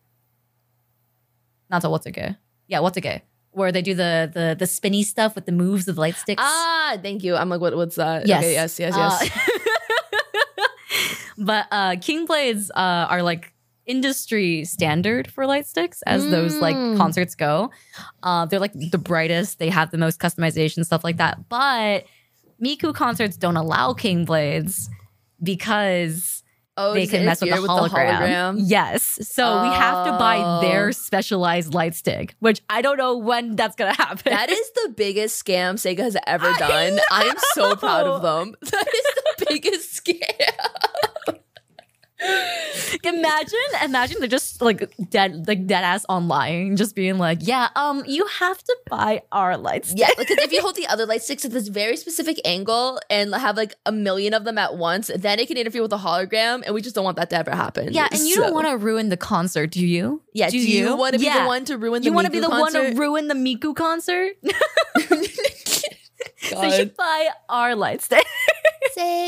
Speaker 3: Not the Wotage. Yeah, Wotage. Where they do the the the spinny stuff with the moves of light sticks.
Speaker 2: Ah, thank you. I'm like, what, what's that?
Speaker 3: Yes.
Speaker 2: Okay, yes, yes,
Speaker 3: Uh,
Speaker 2: yes.
Speaker 3: but uh King Blades uh, are like industry standard for light sticks as those like
Speaker 2: Mm.
Speaker 3: concerts go. Uh they're like the brightest, they have the most customization stuff like that. But Miku concerts don't allow King Blades because
Speaker 2: oh,
Speaker 3: Ah. they
Speaker 2: does
Speaker 3: can
Speaker 2: it
Speaker 3: mess with the,
Speaker 2: interfere
Speaker 3: hologram. Yes. So we have to buy
Speaker 2: Oh.
Speaker 3: their specialized light stick, which I don't know when that's going to happen.
Speaker 2: That is the biggest scam Sega has ever
Speaker 3: I
Speaker 2: done. I am so proud of
Speaker 3: know.
Speaker 2: them. That is the biggest scam.
Speaker 3: imagine, imagine they're just like dead, like dead ass online, just being like, yeah, um, you have to buy our light stick.
Speaker 2: Yeah, because if you hold the other light sticks at this very specific angle and have like a million of them at once, then it can interfere with the hologram, and we just don't want that to ever happen.
Speaker 3: Yeah, and you don't want to ruin the concert, do you?
Speaker 2: Yeah, do,
Speaker 3: do
Speaker 2: you,
Speaker 3: you?
Speaker 2: want to be the
Speaker 3: Yeah.
Speaker 2: one to ruin the?
Speaker 3: you want to be the one
Speaker 2: concert?
Speaker 3: to ruin the Miku concert? so you
Speaker 2: God.
Speaker 3: should buy our light stick.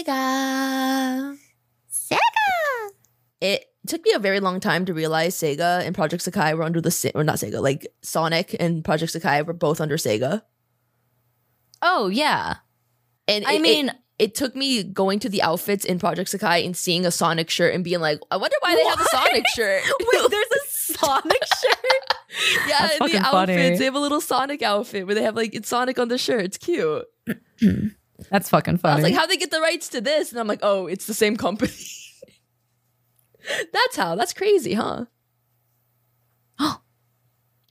Speaker 2: Sega. Sega. It took me a very long time to realize Sega and Project Sakai were under the sa- or not Sega, like Sonic and Project Sakai were both under Sega.
Speaker 3: Oh, yeah.
Speaker 2: And
Speaker 3: I
Speaker 2: it- it-
Speaker 3: mean,
Speaker 2: it took me going to the outfits in Project Sakai and seeing a Sonic shirt and being like, I wonder why they have a
Speaker 3: Why?
Speaker 2: Sonic shirt.
Speaker 3: wait, there's a Sonic shirt.
Speaker 2: yeah, in
Speaker 3: That's
Speaker 2: the
Speaker 3: fucking
Speaker 2: outfits.
Speaker 3: funny.
Speaker 2: They have a little Sonic outfit where they have like it's Sonic on the shirt. It's cute.
Speaker 3: That's fucking funny.
Speaker 2: I was like, how they get the rights to this? And I'm like, oh, it's the same company. That's how. That's crazy, huh?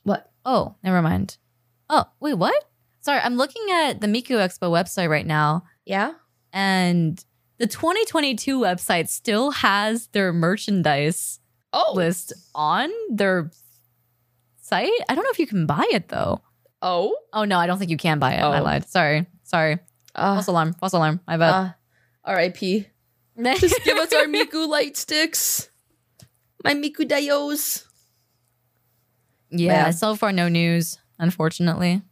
Speaker 3: What? Oh, never mind. Oh, wait, what? Sorry, I'm looking at the Miku Expo website right now,
Speaker 2: Yeah.
Speaker 3: and the 2022 website still has their merchandise
Speaker 2: Oh.
Speaker 3: list on their site. I don't know if you can buy it though.
Speaker 2: Oh.
Speaker 3: Oh no, I don't think you can buy it. I
Speaker 2: Oh.
Speaker 3: lied. Sorry, sorry.
Speaker 2: Uh,
Speaker 3: False alarm. False alarm. My bad.
Speaker 2: uh, R.I.P. Just give us our Miku light sticks. My Miku Dayos.
Speaker 3: yeah.
Speaker 2: Yeah.
Speaker 3: So far, no news. Unfortunately.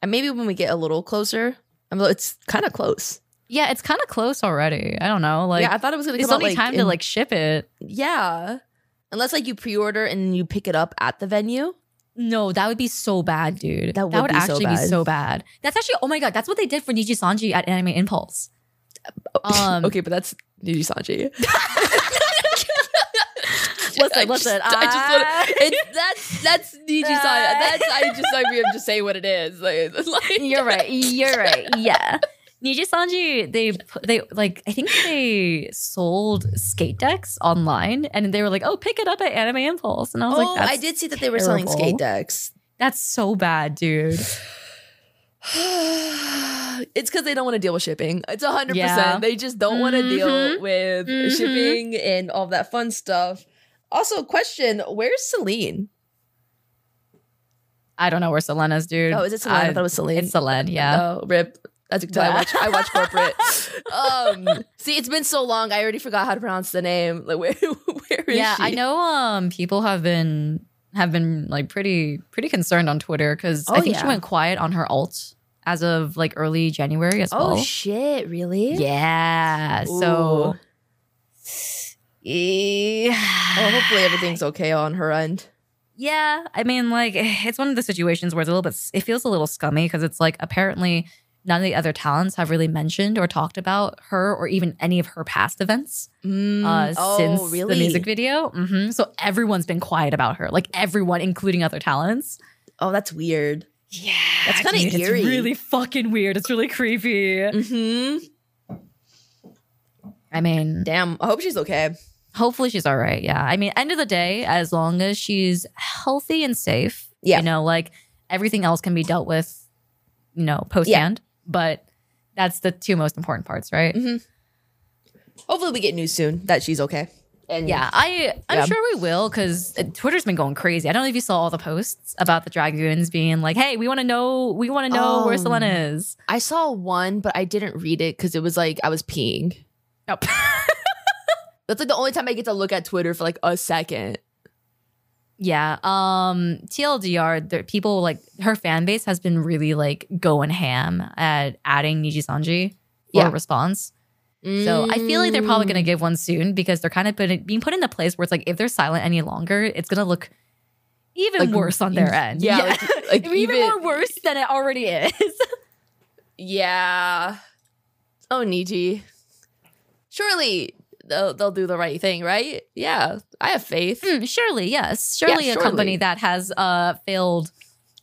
Speaker 2: And maybe when we get a little closer, I'm. It's kind of close.
Speaker 3: Yeah, it's kind of close already. I don't know. Like,
Speaker 2: yeah, I thought it was gonna.
Speaker 3: it's
Speaker 2: come out,
Speaker 3: only time to
Speaker 2: in-
Speaker 3: like ship it.
Speaker 2: Yeah, unless like you pre-order and you pick it up at the venue.
Speaker 3: No, that would be so bad, dude.
Speaker 2: That
Speaker 3: That
Speaker 2: would
Speaker 3: would,
Speaker 2: be so
Speaker 3: actually be
Speaker 2: bad.
Speaker 3: so bad. That's actually oh my god, that's what they did for Niji Sanji at Anime Impulse. Um,
Speaker 2: okay, but that's Niji Sanji. I
Speaker 3: Listen, listen.
Speaker 2: Just, I just wanna-
Speaker 3: I-
Speaker 2: it's, that's that's Niji Sanji.
Speaker 3: Uh,
Speaker 2: That's I just I mean, I'm just saying what it is. Like, it's like-
Speaker 3: you're right. You're right. Yeah. Niji Sanji, they pu- they like I think they sold skate decks online and they were like, "Oh, pick it up at Anime Impulse." And I was
Speaker 2: oh,
Speaker 3: like, that's,
Speaker 2: I did see that they were selling
Speaker 3: terrible.
Speaker 2: skate decks.
Speaker 3: that's so bad, dude."
Speaker 2: it's because they don't want to deal with shipping. It's hundred
Speaker 3: Yeah.
Speaker 2: percent. They just don't want to deal
Speaker 3: Mhm.
Speaker 2: with
Speaker 3: Mhm.
Speaker 2: shipping and all that fun stuff. Also, question: Where's Celine?
Speaker 3: I don't know where Selena's, dude.
Speaker 2: Oh, is it Celine? I,
Speaker 3: I-
Speaker 2: thought it was Celine.
Speaker 3: It's Selene, yeah.
Speaker 2: Oh, rip. As you can tell, I watch. I watch corporate. um, see, it's been so long. I already forgot how to pronounce the name. Like, where, where is
Speaker 3: yeah
Speaker 2: she?
Speaker 3: i know um people have been have been like pretty pretty concerned on twitter because
Speaker 2: Oh,
Speaker 3: i think
Speaker 2: yeah.
Speaker 3: she went quiet on her alt as of like early january as
Speaker 2: Oh
Speaker 3: well
Speaker 2: shit! Really?
Speaker 3: yeah so
Speaker 2: Well,
Speaker 3: yeah.
Speaker 2: hopefully everything's okay on her end.
Speaker 3: yeah i mean like it's one of the situations where it's a little bit it feels a little scummy because it's like apparently none of the other talents have really mentioned or talked about her or even any of her past events uh,
Speaker 2: Mm, oh,
Speaker 3: since the music video. hmm So everyone's been quiet about her, like everyone, including other talents.
Speaker 2: Oh, that's weird.
Speaker 3: Yeah,
Speaker 2: Ah, That's kinda
Speaker 3: dude,
Speaker 2: eerie.
Speaker 3: It's really fucking weird. It's really creepy. Mm-hmm.
Speaker 2: Hmm.
Speaker 3: I mean,
Speaker 2: Damn. I hope she's okay.
Speaker 3: hopefully she's all right. Yeah, I mean, end of the day, as long as she's healthy and safe,
Speaker 2: Yeah.
Speaker 3: you know, like everything else can be dealt with, you know, post hand. But that's the two most important parts, right?
Speaker 2: Mm-hmm. Hopefully, we get news soon that she's okay. And
Speaker 3: Yeah, I I'm
Speaker 2: Yeah.
Speaker 3: sure we will because Twitter's been going crazy. I don't know if you saw all the posts about the dragoons being like, "Hey, we want to know, we want to know
Speaker 2: Oh.
Speaker 3: where Selena is."
Speaker 2: I saw one, but I didn't read it because it was like I was peeing.
Speaker 3: Oh.
Speaker 2: That's like the only time I get to look at Twitter for like a second.
Speaker 3: yeah, um, TLDR, there, people like her fan base has been really like going ham at adding Niji Sanji for
Speaker 2: Yeah.
Speaker 3: a response, So I feel like they're probably
Speaker 2: Mm.
Speaker 3: going to give one soon because they're kind of put in, being put in a place where it's like if they're silent any longer, it's going to look even
Speaker 2: Like,
Speaker 3: worse on their end.
Speaker 2: yeah, like- like
Speaker 3: even,
Speaker 2: even-
Speaker 3: more worse than it already is.
Speaker 2: Yeah. Oh, Niji. Surely they'll, they'll do the right thing, right? Yeah. I have faith.
Speaker 3: Mm, surely, yes. Surely a
Speaker 2: surely.
Speaker 3: company that has uh, failed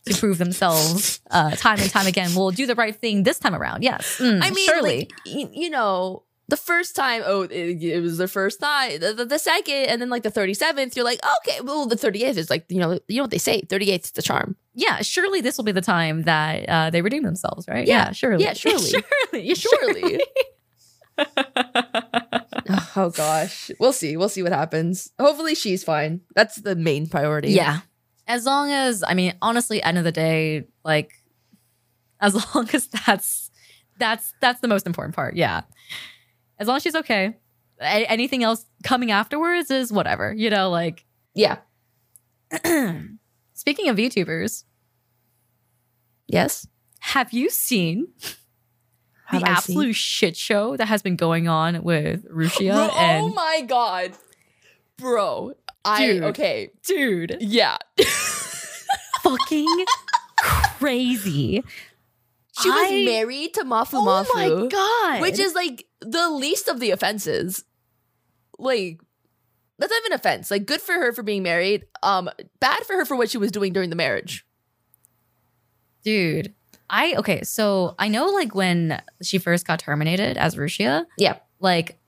Speaker 3: to prove themselves uh, time and time again will do the right thing this time around. Yes. Mm,
Speaker 2: I mean,
Speaker 3: surely.
Speaker 2: like, y- you know, the first time, oh, it, it was the first time, the, the, the second, and then like the 37th, you're like, okay, well, the 38th is like, you know, you know what they say, 38th is the charm.
Speaker 3: yeah, surely this will be the time that uh, they redeem themselves, right?
Speaker 2: Yeah.
Speaker 3: surely.
Speaker 2: Yeah, surely.
Speaker 3: surely. yeah,
Speaker 2: Surely. oh, gosh. We'll see. We'll see what happens. Hopefully she's fine. That's the main priority.
Speaker 3: Yeah. As long as I mean, honestly, end of the day, like as long as that's that's that's the most important part. Yeah. As long as she's okay. A- anything else coming afterwards is whatever. You know, like
Speaker 2: Yeah.
Speaker 3: speaking of VTubers,
Speaker 2: Yes.
Speaker 3: have you seen
Speaker 2: Have
Speaker 3: the
Speaker 2: I seen-
Speaker 3: absolute shit show that has been going on with Ruchia
Speaker 2: Bro, oh
Speaker 3: and
Speaker 2: my god, bro! I
Speaker 3: Dude.
Speaker 2: okay,
Speaker 3: dude
Speaker 2: yeah.
Speaker 3: fucking crazy.
Speaker 2: She was
Speaker 3: I-
Speaker 2: married to Mafu
Speaker 3: Oh
Speaker 2: Mafu,
Speaker 3: my god.
Speaker 2: which is like the least of the offenses. Like, that's not even an offense. Like, good for her for being married. Um, bad for her for what she was doing during the marriage.
Speaker 3: Dude, I okay, so I know like when she first got terminated as Ruchia,
Speaker 2: Yeah,
Speaker 3: like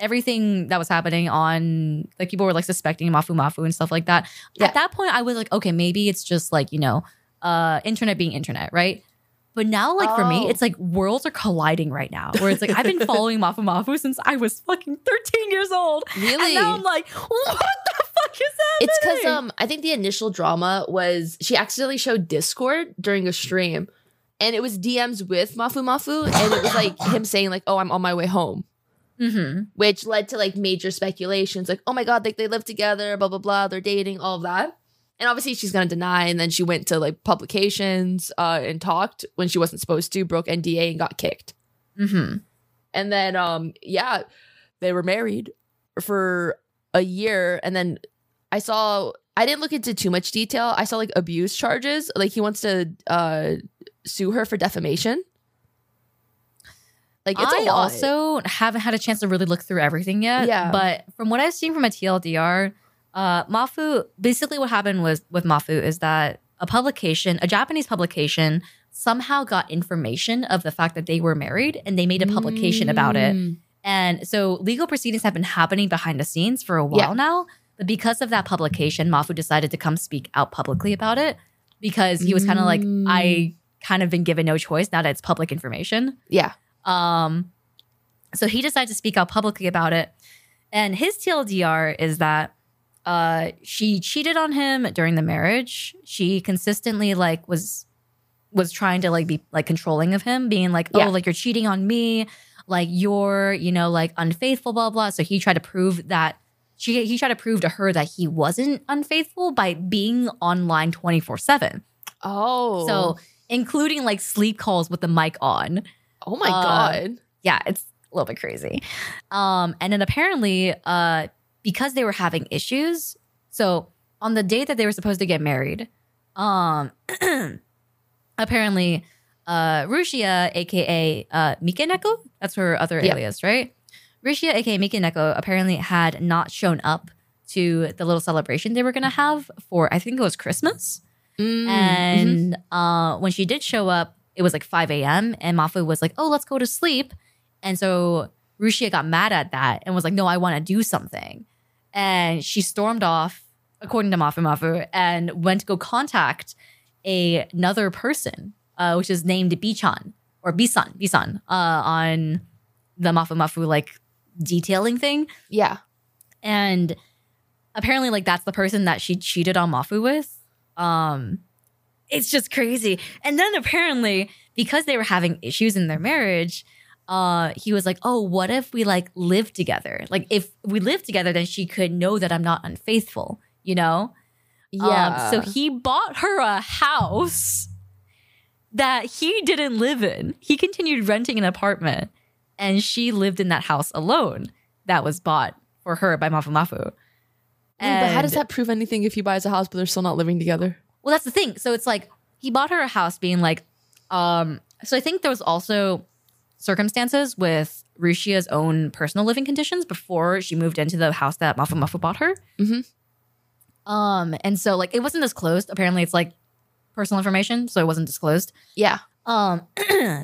Speaker 3: everything that was happening on like people were like suspecting Mafu Mafu and stuff like that.
Speaker 2: Yeah.
Speaker 3: At that point, I was like, okay, maybe it's just like, you know, uh internet being internet, right? But now, like for me,
Speaker 2: Oh.
Speaker 3: it's like worlds are colliding right now. Where it's like I've been following Mafu Mafu since I was fucking 13 years old. And
Speaker 2: really.
Speaker 3: now I'm like, what the fuck is that?
Speaker 2: It's because um, I think the initial drama was she accidentally showed Discord during a stream, and it was DMs with Mafu Mafu, and it was like him saying like, "Oh, I'm on my way home."
Speaker 3: mm-hmm.
Speaker 2: which led to like major speculations like oh my god like they live together blah blah blah they're dating all of that and obviously she's gonna deny and then she went to like publications uh and talked when she wasn't supposed to broke nda and got kicked
Speaker 3: Mm-hmm.
Speaker 2: and then um yeah they were married for a year and then i saw i didn't look into too much detail i saw like abuse charges like he wants to uh sue her for defamation like it's a
Speaker 3: I
Speaker 2: lot.
Speaker 3: also haven't had a chance to really look through everything yet.
Speaker 2: Yeah.
Speaker 3: But from what I've seen from a TLDR, uh, Mafu basically what happened was with Mafu is that a publication, a Japanese publication, somehow got information of the fact that they were married and they made a publication about it.
Speaker 2: Mm.
Speaker 3: And so legal proceedings have been happening behind the scenes for a while
Speaker 2: Yeah.
Speaker 3: now. But because of that publication, Mafu decided to come speak out publicly about it because he was kind of like,
Speaker 2: Mm.
Speaker 3: I kind of been given no choice now that it's public information.
Speaker 2: yeah
Speaker 3: Um, so he decided to speak out publicly about it. And his TLDR is that uh, she cheated on him during the marriage. She consistently like was was trying to like be like controlling of him, being like, "Oh,
Speaker 2: Yeah.
Speaker 3: like you're cheating on me, like you're you know like unfaithful, blah blah." So he tried to prove that she he tried to prove to her that he wasn't unfaithful by being online twenty four seven.
Speaker 2: oh
Speaker 3: So including like sleep calls with the mic on.
Speaker 2: Oh my
Speaker 3: Uh,
Speaker 2: god.
Speaker 3: yeah, it's a little bit crazy. Um, and then apparently, uh, because they were having issues, so on the day that they were supposed to get married, um, apparently, uh, Rushia, aka uh, Mikeneko, that's her other
Speaker 2: Yeah.
Speaker 3: alias, right? Rushia, aka Mikeneko, apparently had not shown up to the little celebration they were gonna have for, I think it was Christmas.
Speaker 2: Mm-hmm.
Speaker 3: And uh, when she did show up, it was like 5 a.m. And Mafu was like, oh, let's go to sleep. And so Rushia got mad at that and was like, no, I want to do something. And she stormed off, according to Mafu Mafu, and went to go contact a- another person, uh, which is named Bichan or Bisan, Bisan, uh, on the Mafu Mafu like detailing thing.
Speaker 2: yeah.
Speaker 3: And apparently, like that's the person that she cheated on Mafu with. Um, it's just crazy. And then apparently, because they were having issues in their marriage, uh, he was like, "Oh, what if we like live together? Like, if we live together, then she could know that I'm not unfaithful." You know? Um,
Speaker 2: Yeah.
Speaker 3: so he bought her a house that he didn't live in. He continued renting an apartment and she lived in that house alone that was bought for her by Mafu Mafu.
Speaker 2: but how does
Speaker 3: And-
Speaker 2: that prove anything if he buys a house but they're still not living together?
Speaker 3: Well, that's the thing. So it's like he bought her a house, being like, um. So I think there was also circumstances with Rushia's own personal living conditions before she moved into the house that Mafu Mafu bought her.
Speaker 2: Mhm.
Speaker 3: Um, and so like it wasn't disclosed. Apparently, it's like personal information, so it wasn't disclosed.
Speaker 2: Yeah.
Speaker 3: Um,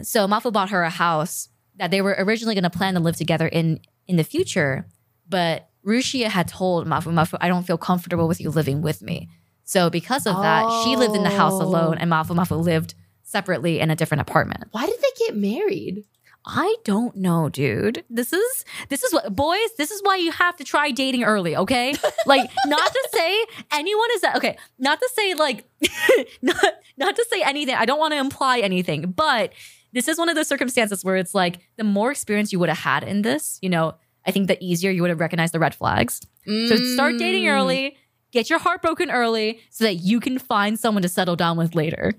Speaker 3: so Mafu bought her a house that they were originally going to plan to live together in in the future, but Rushia had told Mafu Mafu, "I don't feel comfortable with you living with me." So because of that, she lived in the house
Speaker 2: Oh.
Speaker 3: alone, and Mafu Mafu lived separately in a different apartment.
Speaker 2: Why did they get married?
Speaker 3: I don't know, dude. This is this is what boys, this is why you have to try dating early, okay? Like not to say anyone is that okay, not to say like not not to say anything. I don't want to imply anything, but this is one of those circumstances where it's like the more experience you would have had in this, you know, I think the easier you would have recognized the red flags. So start dating
Speaker 2: Mm.
Speaker 3: early, get your heart broken early so that you can find someone to settle down with later.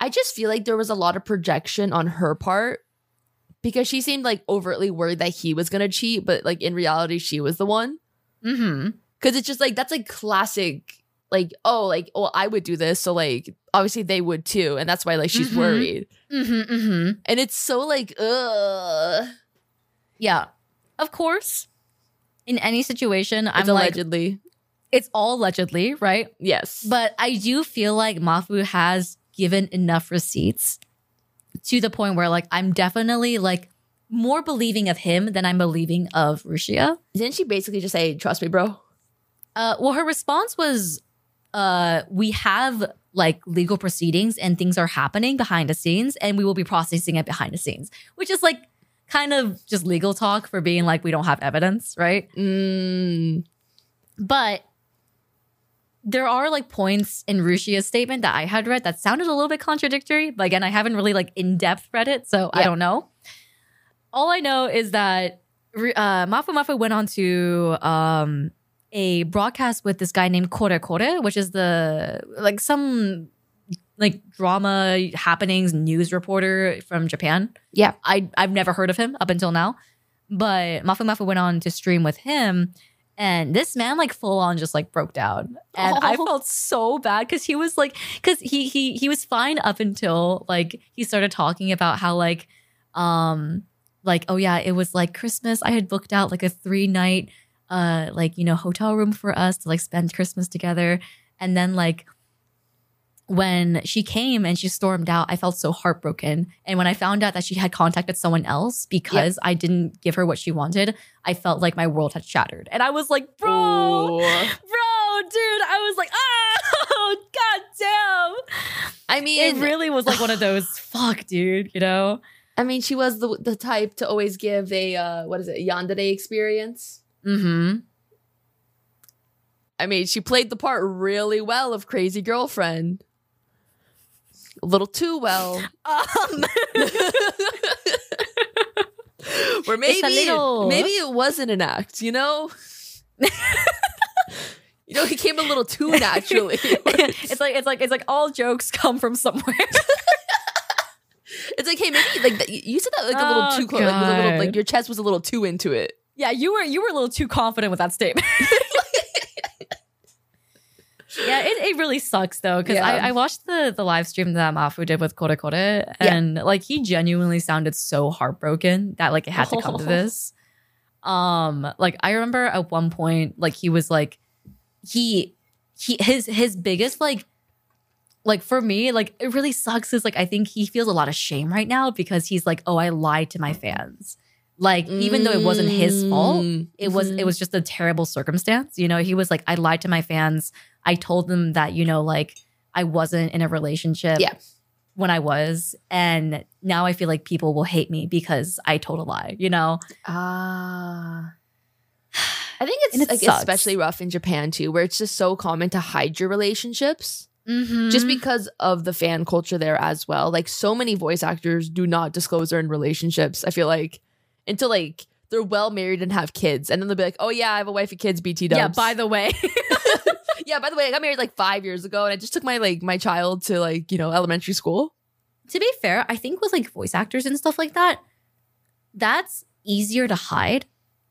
Speaker 2: I just feel like there was a lot of projection on her part because she seemed like overtly worried that he was gonna cheat, but like in reality, she was the one.
Speaker 3: Mhm.
Speaker 2: Cause it's just like that's like classic, like, oh, like, well, I would do this, so like obviously they would too. And that's why like she's
Speaker 3: Mhm.
Speaker 2: worried.
Speaker 3: Mhm. Mhm.
Speaker 2: And it's so like, ugh.
Speaker 3: Yeah. Of course. In any situation, I'm
Speaker 2: It's
Speaker 3: like,
Speaker 2: allegedly.
Speaker 3: it's all allegedly, right?
Speaker 2: yes.
Speaker 3: But I do feel like Mafu has given enough receipts to the point where, like, I'm definitely like more believing of him than I'm believing of Rushia.
Speaker 2: didn't she basically just say, trust me, bro?
Speaker 3: Uh, well, her response was, uh, "We have like legal proceedings and things are happening behind the scenes, and we will be processing it behind the scenes," which is like kind of just legal talk for being like we don't have evidence, right?
Speaker 2: Mm.
Speaker 3: But there are like points in Rushia's statement that I had read that sounded a little bit contradictory, but again, I haven't really like in depth read it, so I
Speaker 2: Yeah.
Speaker 3: don't know. All I know is that Ru- uh, Mafu Mafu went on to um, a broadcast with this guy named Kore Kore, which is the like some like drama happenings news reporter from Japan.
Speaker 2: Yeah.
Speaker 3: I I've never heard of him up until now, but Mafu Mafu went on to stream with him, and this man like full on just like broke down, and I
Speaker 2: Oh.
Speaker 3: felt so bad because he was like because he he he was fine up until like he started talking about how like um like oh yeah it was like Christmas I had booked out like a three night uh like you know hotel room for us to like spend Christmas together, and then like when she came and she stormed out, I felt so heartbroken. And when I found out that she had contacted someone else because I didn't give her what she wanted, I felt like my world had shattered. And I was like, bro,
Speaker 2: Ooh.
Speaker 3: bro, dude. I was like, oh, god
Speaker 2: I
Speaker 3: damn.
Speaker 2: mean,
Speaker 3: It really was like one of those, fuck, dude, you know?
Speaker 2: I mean, she was the the type to always give a uh, what is it, yandere experience.
Speaker 3: Mm-hmm.
Speaker 2: I mean, she played the part really well of crazy girlfriend. A little too well.
Speaker 3: Um,
Speaker 2: Or maybe
Speaker 3: little-
Speaker 2: maybe it wasn't an act, you know? you know, he came a little too naturally.
Speaker 3: it's like it's like it's like all jokes come from somewhere.
Speaker 2: it's like, hey, maybe like that- you said that like a little
Speaker 3: Oh,
Speaker 2: too close, like, with a little, like
Speaker 3: God.
Speaker 2: your chest was a little too into it.
Speaker 3: Yeah, you were you were a little too confident with that statement. yeah, it, it really sucks though because
Speaker 2: Yeah.
Speaker 3: I, I watched the the live stream that Mafu did with Kore Kore, and like he genuinely sounded so heartbroken that like it had to come to
Speaker 2: Oh.
Speaker 3: this. Um, like I remember at one point, like he was like he he his his biggest like like for me like it really sucks is like i think he feels a lot of shame right now because he's like oh i lied to my fans like even though it wasn't his fault
Speaker 2: Mm,
Speaker 3: it was
Speaker 2: mhm.
Speaker 3: it was just a terrible circumstance you know he was like i lied to my fans i told them that you know like i wasn't in a relationship
Speaker 2: Yeah.
Speaker 3: when i was and now i feel like people will hate me because i told a lie you know
Speaker 2: Ah. I think it's
Speaker 3: And it
Speaker 2: like
Speaker 3: sucks.
Speaker 2: especially rough in Japan too, where it's just so common to hide your relationships
Speaker 3: mm-hmm.
Speaker 2: just because of the fan culture there as well. Like so many voice actors do not disclose their in relationships. I feel like until like they're well married and have kids, and then they'll be like, "Oh yeah, I have a wife and kids." BT dubs.
Speaker 3: yeah by the way
Speaker 2: yeah. By the way, I got married like five years ago, and I just took my like my child to like you know elementary school.
Speaker 3: to be fair, I think with like voice actors and stuff like that, that's easier to hide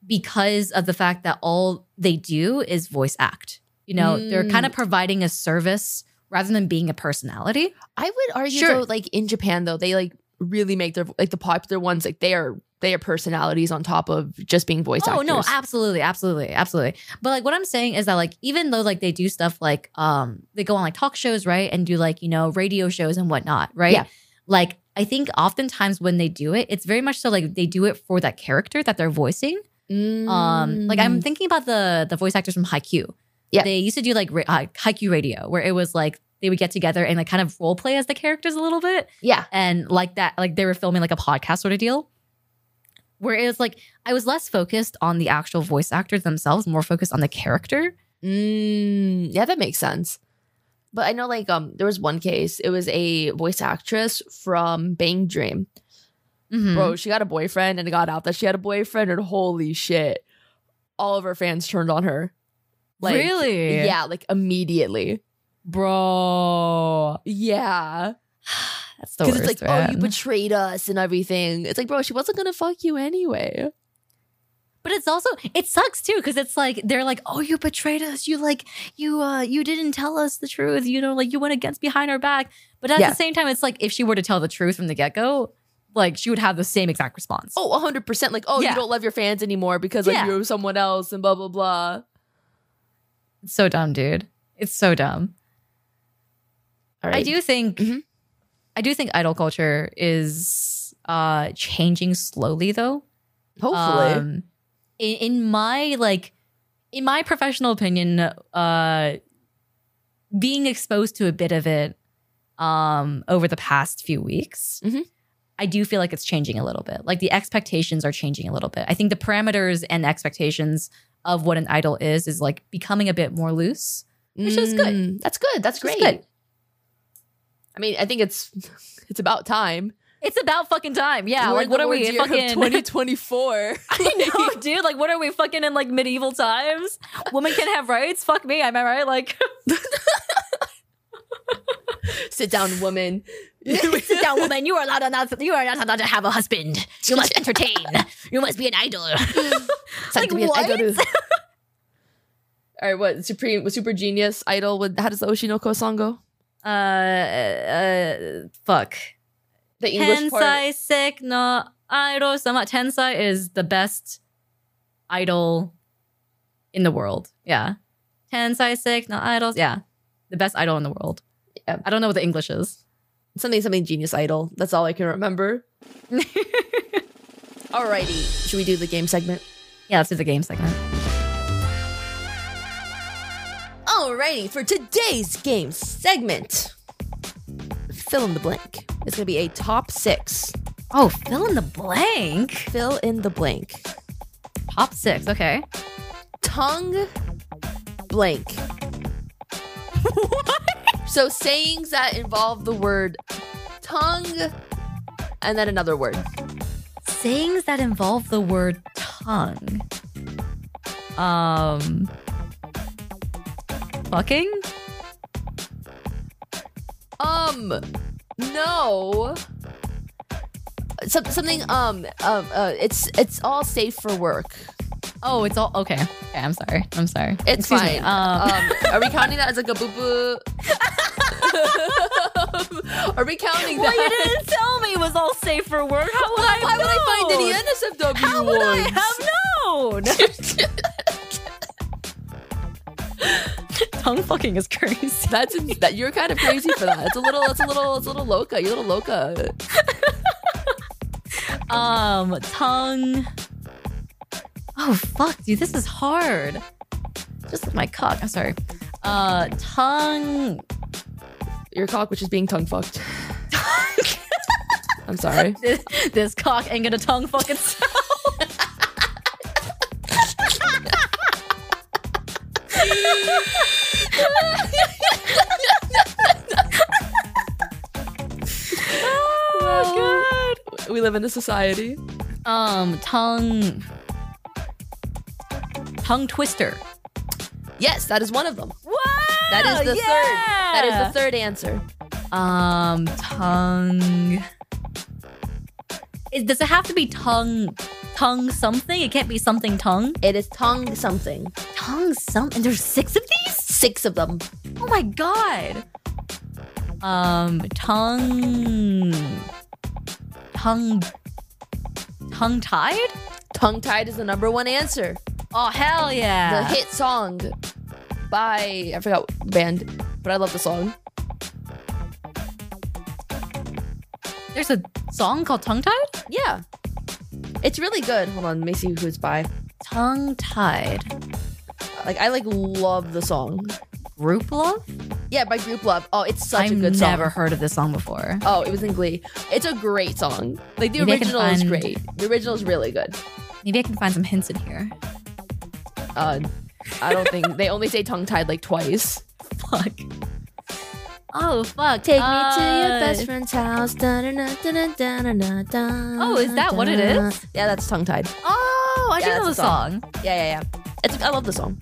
Speaker 3: because of the fact that all they do is voice act. You know, they're
Speaker 2: Mm.
Speaker 3: kind of providing a service rather than being a personality.
Speaker 2: I would argue
Speaker 3: Sure.
Speaker 2: though, like in Japan though, they like really make their like the popular ones like they are they are personalities on top of just being voice
Speaker 3: oh
Speaker 2: actors.
Speaker 3: no, absolutely, absolutely, absolutely. But like what I'm saying is that like even though like they do stuff like um they go on like talk shows, right? And do like, you know, radio shows and whatnot, right?
Speaker 2: Yeah.
Speaker 3: Like I think oftentimes when they do it, it's very much so like they do it for that character that they're voicing.
Speaker 2: Mm.
Speaker 3: Um, like I'm thinking about the the voice actors from Haikyuu.
Speaker 2: Yeah.
Speaker 3: they used to do like ra- uh, Haikyuu Radio, where it was like they would get together and like kind of role play as the characters a little bit,
Speaker 2: yeah,
Speaker 3: and like that, like they were filming like a podcast sort of deal. Where it was like I was less focused on the actual voice actors themselves, more focused on the character.
Speaker 2: Mm, yeah, that makes sense. But I know like um there was one case. It was a voice actress from Bang Dream.
Speaker 3: Mhm.
Speaker 2: Bro, she got a boyfriend and it got out that she had a boyfriend and holy shit. All of her fans turned on her. Like
Speaker 3: really?
Speaker 2: yeah, like immediately.
Speaker 3: bro.
Speaker 2: Yeah.
Speaker 3: That's the
Speaker 2: Because
Speaker 3: worst.
Speaker 2: it's like, oh, you
Speaker 3: man.
Speaker 2: betrayed us and everything. It's like, bro, she wasn't gonna fuck you anyway.
Speaker 3: But it's also it sucks too because it's like they're like, oh, you betrayed us. You like you uh you didn't tell us the truth. You know, like you went against behind our back. But at
Speaker 2: Yeah.
Speaker 3: the same time, it's like if she were to tell the truth from the get go, like she would have the same exact response.
Speaker 2: Oh, 100%. Like, oh,
Speaker 3: Yeah.
Speaker 2: you don't love your fans anymore because like
Speaker 3: Yeah.
Speaker 2: you're someone else and blah, blah, blah.
Speaker 3: it's so dumb, dude. It's so dumb.
Speaker 2: All
Speaker 3: I do think
Speaker 2: Mhm.
Speaker 3: I do think idol culture is uh changing slowly though.
Speaker 2: Hopefully.
Speaker 3: Um, in, in my like, in my professional opinion, uh, being exposed to a bit of it um, over the past few weeks,
Speaker 2: Mhm.
Speaker 3: I do feel like it's changing a little bit. Like the expectations are changing a little bit. I think the parameters and expectations of what an idol is is like becoming a bit more loose. which is good.
Speaker 2: Mm, That's good. That's
Speaker 3: Which
Speaker 2: great.
Speaker 3: is good.
Speaker 2: I mean, I think it's it's about time.
Speaker 3: It's about fucking time. Yeah.
Speaker 2: We're
Speaker 3: like,
Speaker 2: in
Speaker 3: what
Speaker 2: the
Speaker 3: are we
Speaker 2: ordeal of
Speaker 3: fucking?
Speaker 2: 2024?
Speaker 3: I know, dude. Like, what are we fucking in like medieval times? Women can have rights. Fuck me. Am I right? Like,
Speaker 2: Sit down, woman.
Speaker 3: Sit down, woman. You are allowed not. You are not allowed to have a husband. You must entertain. you must be an idol.
Speaker 2: It's time
Speaker 3: Like,
Speaker 2: to be an
Speaker 3: what?
Speaker 2: idol. All right, what supreme, super genius idol? With how does the Oshinoko song go?
Speaker 3: Uh, uh fuck.
Speaker 2: The English part.
Speaker 3: Tensai sek no idol sama. Tensai is the best idol in the world. Yeah. Tensai sek no idols. Yeah, the best idol in the world.
Speaker 2: Yeah.
Speaker 3: I don't know what the English is.
Speaker 2: Something, something genius idol. That's all I can remember. Alrighty, should we do the game segment?
Speaker 3: Yeah, let's do the game segment.
Speaker 2: Alrighty, for today's game segment, fill in the blank. It's gonna be a top six.
Speaker 3: Oh, fill in the blank.
Speaker 2: Fill in the blank.
Speaker 3: Top six. Okay.
Speaker 2: Tongue blank. So sayings that involve the word tongue and then another word.
Speaker 3: sayings that involve the word tongue. Um, fucking.
Speaker 2: Um, no. Some, something. Um, um. Uh, it's it's all safe for work.
Speaker 3: Oh, it's all okay. Okay, I'm sorry. I'm sorry.
Speaker 2: It's
Speaker 3: Excuse
Speaker 2: fine.
Speaker 3: Me. Um,
Speaker 2: Um, are we counting that as like a boo boo? are we counting
Speaker 3: well, you
Speaker 2: that?
Speaker 3: didn't tell me it was all safe for work. How would I?
Speaker 2: Why would
Speaker 3: know?
Speaker 2: I find the NSFW
Speaker 3: How would I
Speaker 2: ones?
Speaker 3: have known? tongue fucking is crazy.
Speaker 2: That's ins- that you're kind of crazy for that. It's a little, it's a little, it's a little loca. You're a little loca.
Speaker 3: Um, tongue. Oh fuck, dude, this is hard. Just with my cock. I'm sorry. Uh, tongue.
Speaker 2: Your cock, which is being tongue fucked. I'm sorry.
Speaker 3: This, this cock ain't gonna tongue fuck itself.
Speaker 2: Oh God. We live in a society.
Speaker 3: Um, tongue. Tongue twister.
Speaker 2: Yes, that is one of them.
Speaker 3: Wow!
Speaker 2: That is the third. That is the third answer.
Speaker 3: Um, tongue. Is, does it have to be tongue tongue something? It can't be something tongue.
Speaker 2: It is tongue something.
Speaker 3: Tongue something. There's six of these.
Speaker 2: Six of them.
Speaker 3: Oh my god. Um, tongue, tongue, tongue tied.
Speaker 2: Tongue tied is the number one answer.
Speaker 3: Oh hell
Speaker 2: The
Speaker 3: yeah!
Speaker 2: hit song by I forgot the band, but I love the song.
Speaker 3: There's a song called tongue tied.
Speaker 2: Yeah. It's really good. Hold on, let me see who it's by.
Speaker 3: Tongue tied.
Speaker 2: Like I like love the song.
Speaker 3: Group love.
Speaker 2: Yeah, by Group Love. Oh, it's such
Speaker 3: I've
Speaker 2: a good
Speaker 3: never
Speaker 2: song.
Speaker 3: heard of this song before.
Speaker 2: Oh, it was in Glee. It's a great song. Like the
Speaker 3: Maybe I can
Speaker 2: original is
Speaker 3: find-
Speaker 2: great. The original is really good.
Speaker 3: Maybe I can find some hints in here.
Speaker 2: Uh, I don't think they only say tongue tied like twice.
Speaker 3: Fuck. Oh fuck. Uh,
Speaker 2: friend's house. Oh,
Speaker 3: Oh, is that what it is?
Speaker 2: Yeah, that's tongue tied.
Speaker 3: Oh, I
Speaker 2: Yeah,
Speaker 3: do know the
Speaker 2: that's a song.
Speaker 3: song.
Speaker 2: Yeah, yeah, yeah. It's I love the song.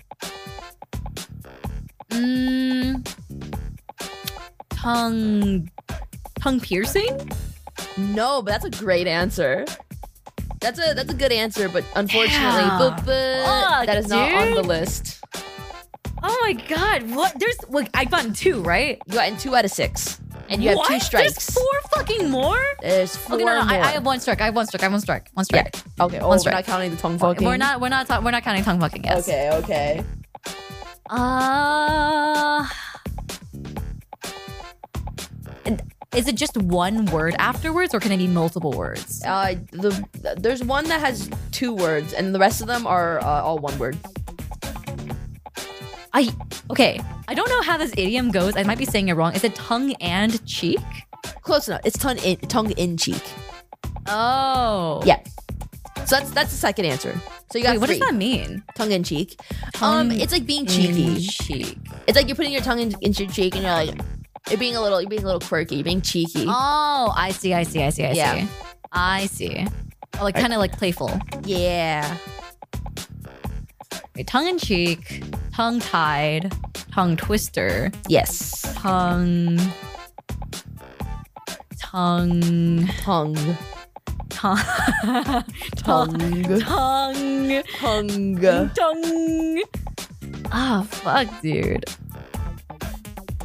Speaker 3: Mm, tongue tongue piercing?
Speaker 2: No, but that's a great answer. That's a that's a good answer, but unfortunately,
Speaker 3: Yeah.
Speaker 2: but, but
Speaker 3: Fuck,
Speaker 2: that is not on the
Speaker 3: dude.
Speaker 2: list.
Speaker 3: Oh my god, what there's like I got two, right?
Speaker 2: You got in two out of six, and you
Speaker 3: What?
Speaker 2: have two strikes.
Speaker 3: There's four fucking more?
Speaker 2: There's four
Speaker 3: okay, no, no,
Speaker 2: more.
Speaker 3: I, I have one strike. I have one strike. I have one strike. One
Speaker 2: Yeah.
Speaker 3: strike.
Speaker 2: Okay, oh,
Speaker 3: One
Speaker 2: we're
Speaker 3: strike.
Speaker 2: not counting the tongue fucking.
Speaker 3: We're not we're not ta- we're not counting tongue fucking, yes.
Speaker 2: Okay, okay.
Speaker 3: Uh and is it just one word afterwards or can it be multiple words?
Speaker 2: Uh, the there's one that has two words, and the rest of them are uh, all one word.
Speaker 3: I okay. I don't know how this idiom goes. I might be saying it wrong. Is it tongue and cheek?
Speaker 2: Close enough. It's tongue in tongue in cheek.
Speaker 3: Oh.
Speaker 2: Yeah. So that's that's the second answer. So you got
Speaker 3: Wait, what
Speaker 2: three.
Speaker 3: does that mean?
Speaker 2: Tongue in cheek. Um,
Speaker 3: Tongue
Speaker 2: it's like being
Speaker 3: In
Speaker 2: cheeky.
Speaker 3: cheek.
Speaker 2: It's like you're putting your tongue in, into your cheek and you're like, you're being a little, you're being a little quirky, you're being cheeky.
Speaker 3: Oh, I see. I see. I see. I
Speaker 2: Yeah.
Speaker 3: see. I see. Oh, like
Speaker 2: Right.
Speaker 3: kind of like playful.
Speaker 2: Yeah.
Speaker 3: Wait, tongue in cheek, tongue tied, tongue twister,
Speaker 2: Yes.
Speaker 3: tongue, tongue,
Speaker 2: Tongue.
Speaker 3: tongue, tongue,
Speaker 2: Tongue.
Speaker 3: tongue.
Speaker 2: Tongue.
Speaker 3: Dung. Ah, fuck, dude.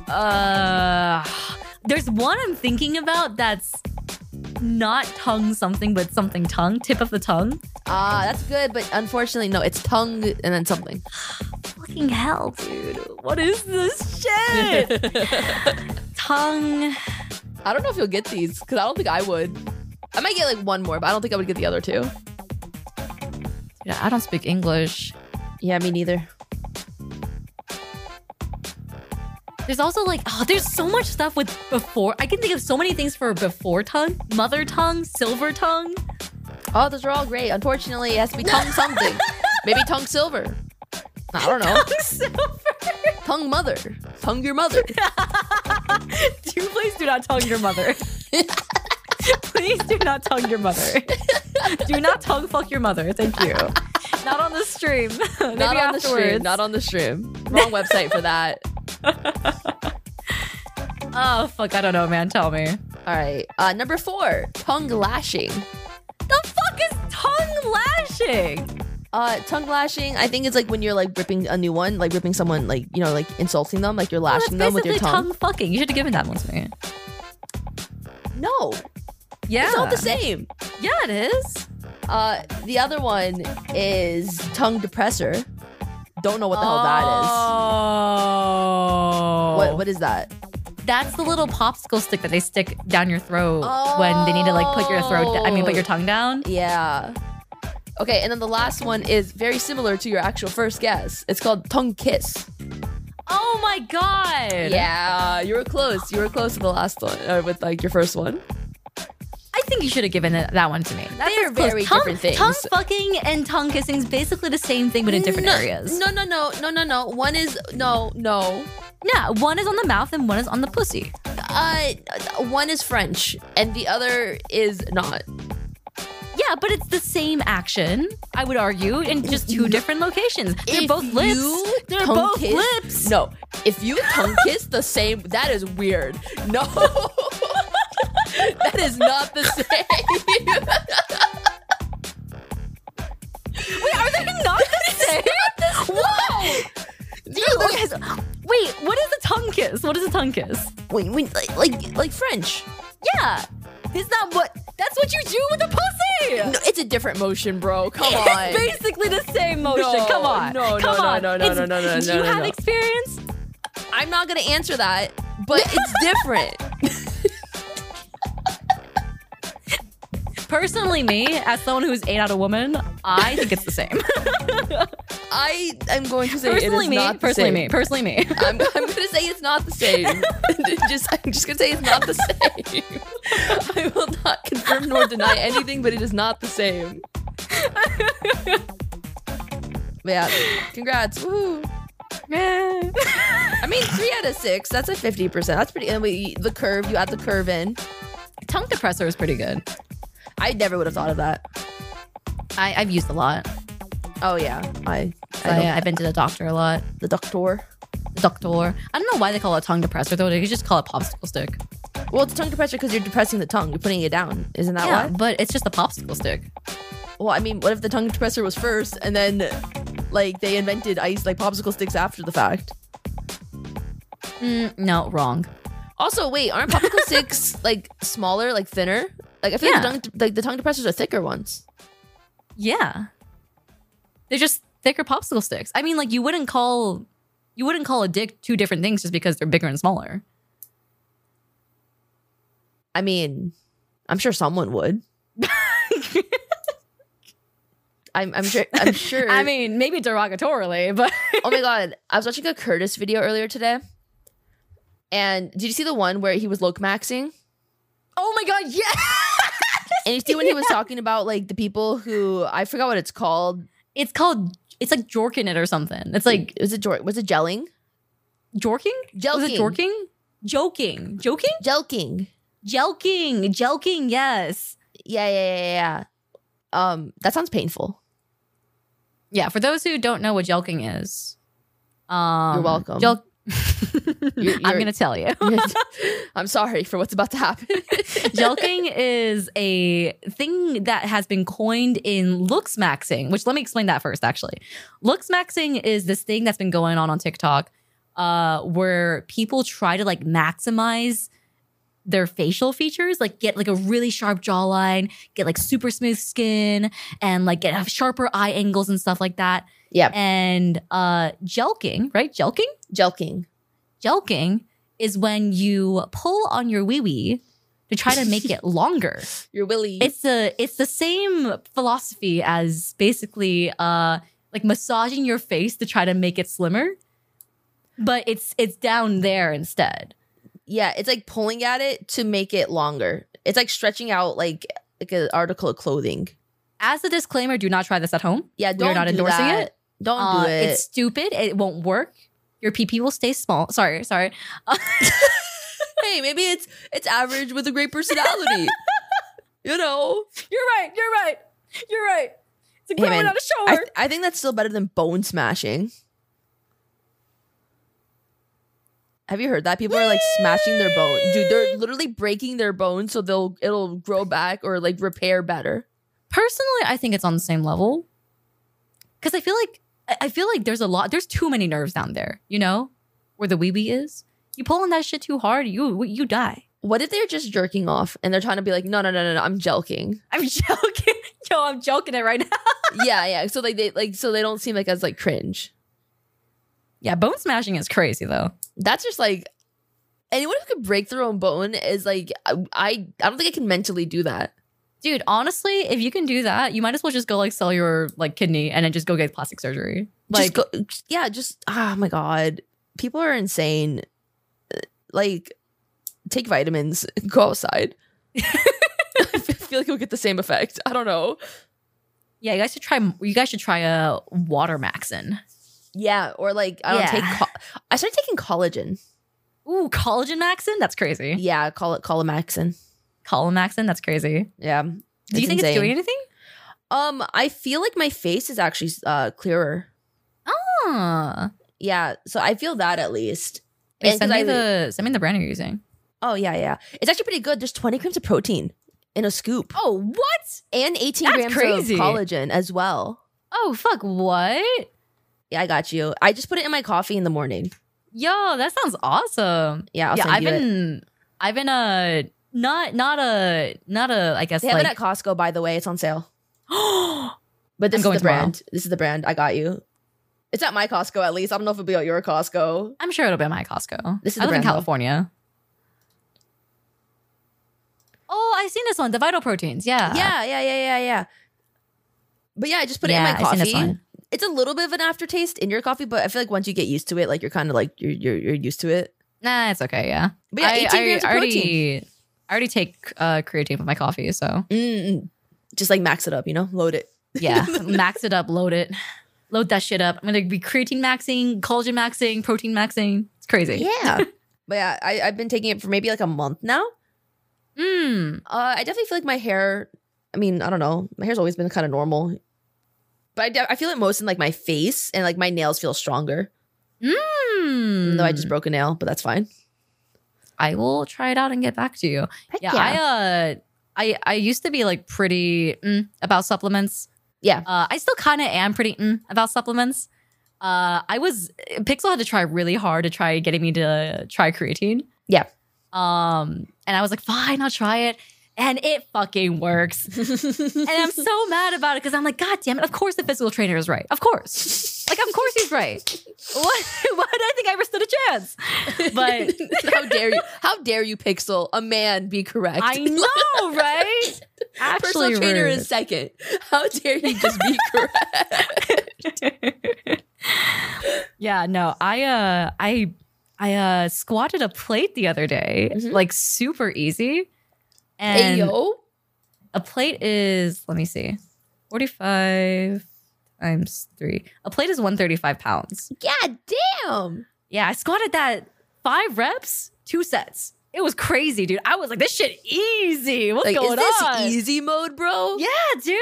Speaker 3: Uh, there's one I'm thinking about that's not tongue something, but something tongue, tip of the tongue.
Speaker 2: Ah, that's good, but unfortunately, no, it's tongue and then something.
Speaker 3: Fucking hell, dude. What is this shit? tongue.
Speaker 2: I don't know if you'll get these because I don't think I would. I might get like one more, but I don't think I would get the other two.
Speaker 3: Dude, I don't speak English.
Speaker 2: Yeah, me neither.
Speaker 3: There's also like, oh, there's so much stuff with before. I can think of so many things for before tongue, mother tongue, silver tongue.
Speaker 2: Oh, those are all great. Unfortunately, it has to be tongue something. Maybe tongue silver. I don't know.
Speaker 3: Tongue silver.
Speaker 2: tongue mother. Tongue your mother.
Speaker 3: do please do not tongue your mother. please do not tongue your mother. do not tongue fuck your mother. Thank you. Not on the stream. Maybe
Speaker 2: not on
Speaker 3: afterwards.
Speaker 2: the stream. Not on the stream. Wrong website for that.
Speaker 3: oh fuck, I don't know, man. Tell me.
Speaker 2: All right. Uh, number four, tongue lashing.
Speaker 3: The fuck is tongue lashing?
Speaker 2: Uh, tongue lashing. I think it's like when you're like ripping a new one, like ripping someone, like you know, like insulting them, like you're
Speaker 3: Well,
Speaker 2: lashing them with your
Speaker 3: basically
Speaker 2: tongue.
Speaker 3: fucking. You should have given that one to me.
Speaker 2: No,
Speaker 3: Yeah.
Speaker 2: it's all the same.
Speaker 3: Yeah, it is.
Speaker 2: Uh, the other one is tongue depressor. Don't know what the hell that is.
Speaker 3: Oh.
Speaker 2: What what is that?
Speaker 3: That's the little popsicle stick that they stick down your throat when they need to like put your throat. I mean, put your tongue down.
Speaker 2: Yeah. Okay, and then the last one is very similar to your actual first guess. It's called tongue kiss.
Speaker 3: Oh my god.
Speaker 2: Yeah, you were close. You were close to the last one, or with like your first one.
Speaker 3: I think you should have given it- that one to me. That's
Speaker 2: They're
Speaker 3: as close.
Speaker 2: very
Speaker 3: tongue,
Speaker 2: different things.
Speaker 3: Tongue fucking and tongue kissing is basically the same thing, but in different
Speaker 2: no,
Speaker 3: areas.
Speaker 2: No, no, no, no, no, no. One is no, no.
Speaker 3: Yeah, one is on the mouth and one is on the pussy.
Speaker 2: Uh, one is French, and the other is not.
Speaker 3: Yeah, but it's the same action, I would argue, in just two different locations. They're
Speaker 2: If
Speaker 3: both lips.
Speaker 2: you
Speaker 3: They're
Speaker 2: tongue
Speaker 3: both
Speaker 2: kiss-
Speaker 3: lips.
Speaker 2: No, if you tongue kiss the same, that is weird. No. that is not the same.
Speaker 3: Wait, are they not the same? Whoa! Dude, okay, so- wait, what is a tongue kiss? What is a tongue kiss?
Speaker 2: Wait, wait, like, like, like French.
Speaker 3: Yeah, is that what? That's what you do with a pussy.
Speaker 2: No, it's a different motion, bro. Come on.
Speaker 3: It's basically the same motion.
Speaker 2: No,
Speaker 3: Come on.
Speaker 2: no, no,
Speaker 3: Come
Speaker 2: no,
Speaker 3: on.
Speaker 2: no, no,
Speaker 3: It's-
Speaker 2: no, no, no,
Speaker 3: Do
Speaker 2: no,
Speaker 3: you
Speaker 2: no,
Speaker 3: have
Speaker 2: no.
Speaker 3: experience?
Speaker 2: I'm not gonna answer that, but it's different.
Speaker 3: Personally, me, as someone who's ate out a woman, I think it's the same.
Speaker 2: I am going to say it
Speaker 3: personally,
Speaker 2: is
Speaker 3: me.
Speaker 2: not the
Speaker 3: Personally,
Speaker 2: same.
Speaker 3: me. Personally, me.
Speaker 2: I'm, I'm gonna say it's not the same. just I'm just gonna say it's not the same. I will not confirm nor deny anything, but it is not the same. But yeah, congrats. Woo. I mean, three out of six. That's a fifty percent. That's pretty. And we, the curve, you add the curve in.
Speaker 3: Tongue depressor is pretty good.
Speaker 2: I never would have thought of that.
Speaker 3: I, I've used a lot.
Speaker 2: Oh yeah, I,
Speaker 3: I,
Speaker 2: I know
Speaker 3: have been to the doctor a lot.
Speaker 2: the doctor.
Speaker 3: The doctor. I don't know why they call it tongue depressor though. They could just call it popsicle stick.
Speaker 2: Well, it's tongue depressor because you're depressing the tongue. You're putting it down. Isn't that
Speaker 3: yeah,
Speaker 2: why?
Speaker 3: but it's just a popsicle stick.
Speaker 2: Well, I mean, what if the tongue depressor was first and then like they invented ice like popsicle sticks after the fact?
Speaker 3: Mm, no, wrong.
Speaker 2: Also, wait, aren't popsicle sticks like smaller, like thinner? Like I feel
Speaker 3: Yeah.
Speaker 2: like, the tongue, like the tongue depressors are thicker ones.
Speaker 3: Yeah. They're just thicker popsicle sticks. I mean, like you wouldn't call you wouldn't call a dick two different things just because they're bigger and smaller.
Speaker 2: I mean, I'm sure someone would. I'm, I'm sure. I'm sure.
Speaker 3: I mean, maybe derogatorily, but
Speaker 2: oh my god, I was watching a Curtis video earlier today, and did you see the one where he was loc maxing?
Speaker 3: oh my god, yeah.
Speaker 2: And you see when he was talking about like the people who I forgot what it's called.
Speaker 3: It's called it's like jorking it or something. It's like
Speaker 2: was it jor- was it gelling?
Speaker 3: jorking?
Speaker 2: Jelking.
Speaker 3: Was it jorking? Joking. Joking?
Speaker 2: Jelking.
Speaker 3: Jelking. Jelking, yes.
Speaker 2: Yeah, yeah, yeah, yeah, yeah. Um, that sounds painful.
Speaker 3: Yeah, for those who don't know what jelking is, um,
Speaker 2: You're welcome.
Speaker 3: Jelk-
Speaker 2: You're-
Speaker 3: I'm
Speaker 2: you're-
Speaker 3: gonna tell you.
Speaker 2: I'm sorry for what's about to happen.
Speaker 3: Jelking is a thing that has been coined in looks maxing, which let me explain that first, actually. Looks maxing is this thing that's been going on on TikTok uh, where people try to like maximize their facial features, like get like a really sharp jawline, get like super smooth skin, and like get have sharper eye angles and stuff like that.
Speaker 2: Yep.
Speaker 3: And uh, jelking, right? Jelking?
Speaker 2: Jelking.
Speaker 3: Jelking is when you pull on your wee wee to try to make it longer.
Speaker 2: Your willy.
Speaker 3: It's a it's the same philosophy as basically uh like massaging your face to try to make it slimmer, but it's it's down there instead.
Speaker 2: yeah, it's like pulling at it to make it longer. It's like stretching out like like an article of clothing.
Speaker 3: As a disclaimer, do not try this at home.
Speaker 2: Yeah,
Speaker 3: We
Speaker 2: don't
Speaker 3: are not
Speaker 2: do
Speaker 3: endorsing
Speaker 2: that.
Speaker 3: it.
Speaker 2: Don't
Speaker 3: Uh,
Speaker 2: do it.
Speaker 3: It's stupid. It won't work. Your PP will stay small. Sorry, sorry.
Speaker 2: hey, maybe it's it's average with a great personality. you know,
Speaker 3: You're right. You're right. You're right. It's a
Speaker 2: Hey, man,
Speaker 3: a shower.
Speaker 2: I, th- I think that's still better than bone smashing. Have you heard that people are like smashing their bone? Dude, they're literally breaking their bone so they'll it'll grow back or like repair better.
Speaker 3: personally i think it's on the same level because i feel like I- i feel like there's a lot there's too many nerves down there you know where the wee wee is you pull on that shit too hard you you die
Speaker 2: What if they're just jerking off and they're trying to be like, no, no, no, no, no I'm jelking.
Speaker 3: i'm joking yo i'm joking it right now
Speaker 2: yeah, yeah. So like they like so they don't seem like as like cringe.
Speaker 3: yeah bone smashing is crazy though
Speaker 2: That's just like anyone who could break their own bone is like I I I don't think I can mentally do that.
Speaker 3: dude honestly if you can do that you might as well just go like sell your like kidney and then just go get plastic surgery like
Speaker 2: like yeah just oh my god people are insane Uh, like take vitamins go outside i feel like you'll get the same effect i don't know
Speaker 3: yeah you guys should try you guys should try a water maxin
Speaker 2: yeah or like i don't
Speaker 3: Yeah.
Speaker 2: take co- i started taking collagen
Speaker 3: ooh collagen maxin that's crazy
Speaker 2: yeah call it colomaxin
Speaker 3: collagen maxin that's crazy
Speaker 2: yeah
Speaker 3: do you think it's doing anything
Speaker 2: um i feel like my face is actually uh clearer
Speaker 3: Ah.
Speaker 2: yeah so i feel that at least
Speaker 3: Wait,
Speaker 2: And
Speaker 3: send
Speaker 2: 'cause
Speaker 3: me
Speaker 2: I-
Speaker 3: the send me the brand you're using.
Speaker 2: Oh yeah, yeah. It's actually pretty good. There's 20 grams of protein in a scoop
Speaker 3: Oh, what?
Speaker 2: and 18
Speaker 3: That's
Speaker 2: grams
Speaker 3: crazy.
Speaker 2: of collagen as well.
Speaker 3: Oh, fuck, what?
Speaker 2: Yeah, I got you. I just put it in my coffee in the morning.
Speaker 3: Yo, that sounds awesome.
Speaker 2: Yeah, I'll
Speaker 3: yeah,
Speaker 2: send
Speaker 3: I've
Speaker 2: you it.
Speaker 3: been, I've been uh not not a not a I guess
Speaker 2: They have
Speaker 3: like
Speaker 2: it at Costco, by the way. It's on sale. But this
Speaker 3: I'm
Speaker 2: is
Speaker 3: going
Speaker 2: the
Speaker 3: tomorrow.
Speaker 2: brand. This is the brand. I got you. It's at my Costco at least. I don't know if it'll be at your Costco.
Speaker 3: I'm sure it'll be at my Costco.
Speaker 2: This is the
Speaker 3: I live in
Speaker 2: brand, though.
Speaker 3: California. Oh, I've seen this one, the Vital Proteins. Yeah,
Speaker 2: yeah, yeah, yeah, yeah, yeah. But yeah, I just put it
Speaker 3: Yeah,
Speaker 2: in
Speaker 3: I've seen
Speaker 2: my
Speaker 3: this
Speaker 2: coffee.
Speaker 3: one.
Speaker 2: It's a little bit of an aftertaste in your coffee, but I feel like once you get used to it, like you're kind of like you're, you're you're used to it.
Speaker 3: Nah, it's okay. Yeah,
Speaker 2: But yeah, 18 grams of protein.
Speaker 3: already, I already take uh, creatine with my coffee, so
Speaker 2: Mm-mm. Just like max it up, you know, load it.
Speaker 3: yeah, max it up, load it, load that shit up. I'm gonna be creatine maxing, collagen maxing, protein maxing. It's crazy.
Speaker 2: Yeah. but yeah, I, I've been taking it for maybe like a month now.
Speaker 3: Mm.
Speaker 2: Uh, I definitely feel like my hair. I mean, I don't know. My hair's always been kind of normal, but I, de- I feel it most in like my face and like my nails feel stronger.
Speaker 3: Mm.
Speaker 2: Even though I just broke a nail, but that's fine.
Speaker 3: I will try it out and get back to you.
Speaker 2: Heck
Speaker 3: yeah, I uh I I used to be like pretty mm, about supplements.
Speaker 2: Yeah.
Speaker 3: Uh I still kind of am pretty mm, about supplements. Uh I was Pixel had to try really hard to try getting me to try creatine.
Speaker 2: Yeah.
Speaker 3: Um and I was like, "Fine, I'll try it." And it fucking works. and I'm so mad about it because I'm like, God damn it. Of course the physical trainer is right. Of course. Like, of course he's right. What? Why did I think I ever stood a chance? But
Speaker 2: how dare you? How dare you, Pixel? A man be correct.
Speaker 3: I know, right?
Speaker 2: Personal
Speaker 3: Actually
Speaker 2: trainer
Speaker 3: rude.
Speaker 2: is second. How dare you just be correct?
Speaker 3: yeah, no, I uh I I uh squatted a plate the other day,
Speaker 2: Mhm.
Speaker 3: like super easy.
Speaker 2: hey
Speaker 3: And
Speaker 2: yo,
Speaker 3: a plate is let me see, 45 times three. A plate is 135 pounds.
Speaker 2: god damn!
Speaker 3: Yeah, I squatted that five reps, two sets. It was crazy, dude. I was like, this shit easy. What's
Speaker 2: Like,
Speaker 3: going
Speaker 2: is this
Speaker 3: on?
Speaker 2: easy mode, bro?
Speaker 3: Yeah, dude.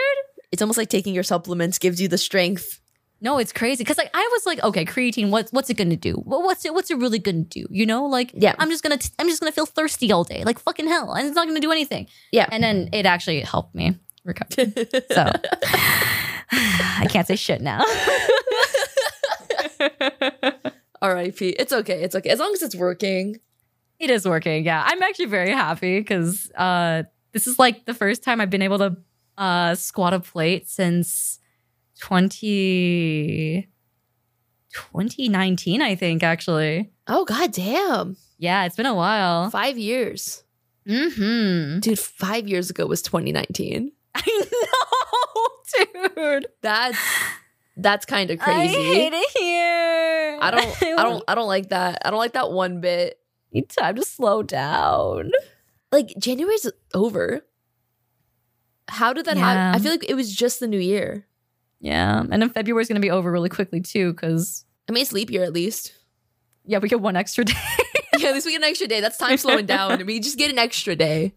Speaker 2: It's almost like taking your supplements gives you the strength.
Speaker 3: No, it's crazy because like I was like, okay, creatine, what's what's it gonna do? Wha- What's it what's it really gonna do? You know, like
Speaker 2: Yeah.
Speaker 3: I'm just gonna t- I'm just gonna feel thirsty all day, like fucking hell, and it's not gonna do anything.
Speaker 2: Yeah.
Speaker 3: and then it actually helped me recover. So I can't say shit now.
Speaker 2: R.I.P. It's okay. It's okay. As long as it's working.
Speaker 3: it is working. Yeah, I'm actually very happy because uh, this is like the first time I've been able to uh, squat a plate since 20 2019, I think actually.
Speaker 2: Oh god damn.
Speaker 3: Yeah, it's been a while.
Speaker 2: Five years.
Speaker 3: Mm-hmm.
Speaker 2: Dude, five years ago was 2019.
Speaker 3: I know, dude.
Speaker 2: That's that's kind of
Speaker 3: I
Speaker 2: crazy.
Speaker 3: hate it here.
Speaker 2: I don't I don't I don't like that. I don't like that one bit.
Speaker 3: need time to slow down.
Speaker 2: Like January's over. How did that
Speaker 3: Yeah.
Speaker 2: happen? I feel like it was just the new year.
Speaker 3: Yeah, and then February's gonna be over really quickly too, because
Speaker 2: I mean it's leap year at least.
Speaker 3: yeah, we get one extra day.
Speaker 2: yeah, at least we get an extra day. That's time slowing down. I mean, just get an extra day.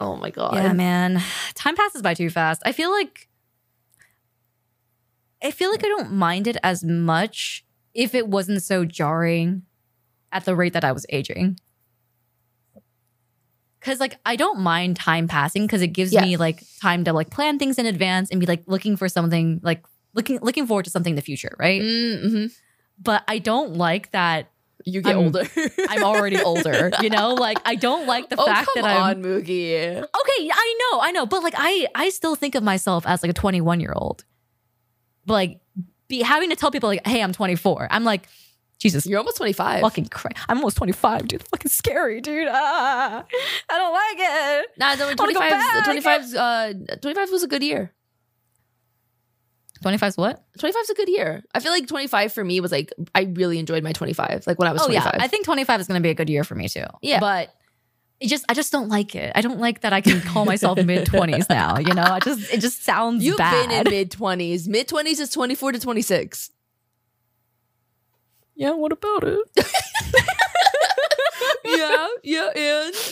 Speaker 2: Oh my god.
Speaker 3: Yeah, man, time passes by too fast. I feel like I feel like I don't mind it as much if it wasn't so jarring at the rate that I was aging. Cause like I don't mind time passing because it gives
Speaker 2: Yeah.
Speaker 3: me like time to like plan things in advance and be like looking for something like looking looking forward to something in the future, right?
Speaker 2: Mm-hmm.
Speaker 3: But I don't like that
Speaker 2: You get
Speaker 3: I'm-
Speaker 2: older.
Speaker 3: I'm already older. You know, like I don't like the
Speaker 2: oh
Speaker 3: fact
Speaker 2: come
Speaker 3: that I'm
Speaker 2: on, Moogie.
Speaker 3: okay i know i know but like i i still think of myself as like a 21 year old but like be having to tell people like hey i'm 24 i'm like jesus
Speaker 2: You're almost 25.
Speaker 3: fucking christ i'm almost 25 dude fucking scary dude ah, i don't like it
Speaker 2: Nah, no,
Speaker 3: wanna go
Speaker 2: 25
Speaker 3: back.
Speaker 2: 25's, uh, 25 was a good year.
Speaker 3: 25's what
Speaker 2: 25's a good year. I feel like 25 for me was like, I really enjoyed my 25, like when I was
Speaker 3: oh
Speaker 2: 25.
Speaker 3: yeah i think 25 is gonna be a good year for me too
Speaker 2: Yeah.
Speaker 3: but it just i just don't like it i don't like that i can call myself mid-20s now you know i just it just sounds
Speaker 2: You've
Speaker 3: bad
Speaker 2: been in mid 20s. Mid 20s is 24 to 26.
Speaker 3: yeah what about it
Speaker 2: yeah, yeah, and.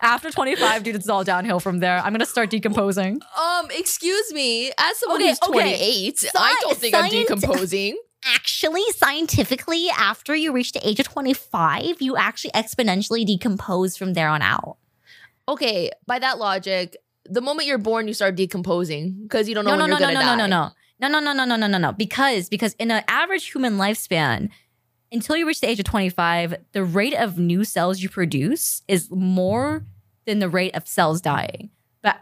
Speaker 3: After 25, dude, it's all downhill from there. I'm gonna start decomposing.
Speaker 2: Um, excuse me, as someone
Speaker 3: Okay,
Speaker 2: who's
Speaker 3: okay.
Speaker 2: 28, I don't think I'm
Speaker 3: science-
Speaker 2: decomposing.
Speaker 3: actually scientifically after you reach the age of 25 you actually exponentially decompose from there on out
Speaker 2: Okay, by that logic, the moment you're born, you start decomposing because you don't know when you're
Speaker 3: no,
Speaker 2: gonna
Speaker 3: no,
Speaker 2: die.
Speaker 3: no, no, no, no, no, no, no, no, no, no. Because because in an average human lifespan, until you reach the age of twenty five, the rate of new cells you produce is more than the rate of cells dying. But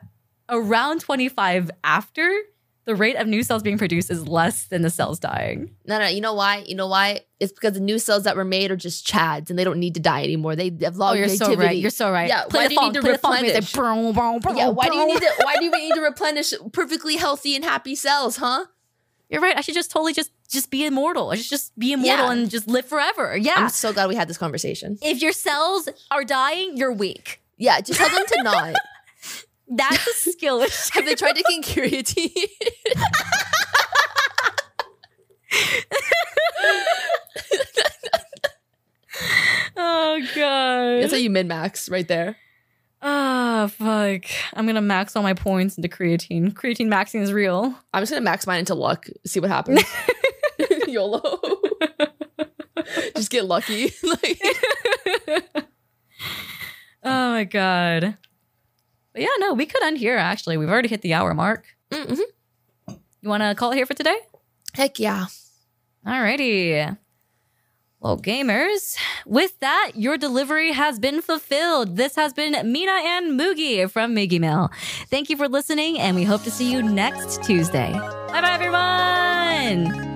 Speaker 3: around twenty five, after the rate of new cells being produced is less than the cells dying.
Speaker 2: No, no, you know why? You know why? It's because the new cells that were made are just chads and they don't need to die anymore. They have long
Speaker 3: so right.
Speaker 2: activity.
Speaker 3: You're so right.
Speaker 2: Oh, Yeah, why
Speaker 3: Play the
Speaker 2: do you
Speaker 3: funk,
Speaker 2: need to
Speaker 3: play the funk
Speaker 2: replenish?
Speaker 3: music. Brum, brum, brum,
Speaker 2: yeah, why do you
Speaker 3: brum.
Speaker 2: need to why do you need to replenish perfectly healthy and happy cells, huh?
Speaker 3: You're right. I should just totally just just be immortal. I should just be immortal
Speaker 2: Yeah.
Speaker 3: and just live forever. Yeah.
Speaker 2: I'm so glad we had this conversation.
Speaker 3: if your cells are dying, you're weak.
Speaker 2: Yeah, just tell them to not.
Speaker 3: That's a skill.
Speaker 2: Have they tried to E concuriate?
Speaker 3: oh god.
Speaker 2: That's how you min max right there.
Speaker 3: Ah, fuck. I'm gonna max all my points into creatine. Creatine maxing is real.
Speaker 2: I'm just gonna max mine into luck. See what happens. YOLO. just get lucky. like
Speaker 3: Oh my god. But yeah, no, we could end here. Actually, we've already hit the hour mark.
Speaker 2: mhm.
Speaker 3: You want to call it here for today?
Speaker 2: Heck yeah.
Speaker 3: Alrighty. Well, gamers, with that, your delivery has been fulfilled. This has been Mina and Moogie from Moogie Mail. Thank you for listening, and we hope to see you next Tuesday. Bye bye, everyone.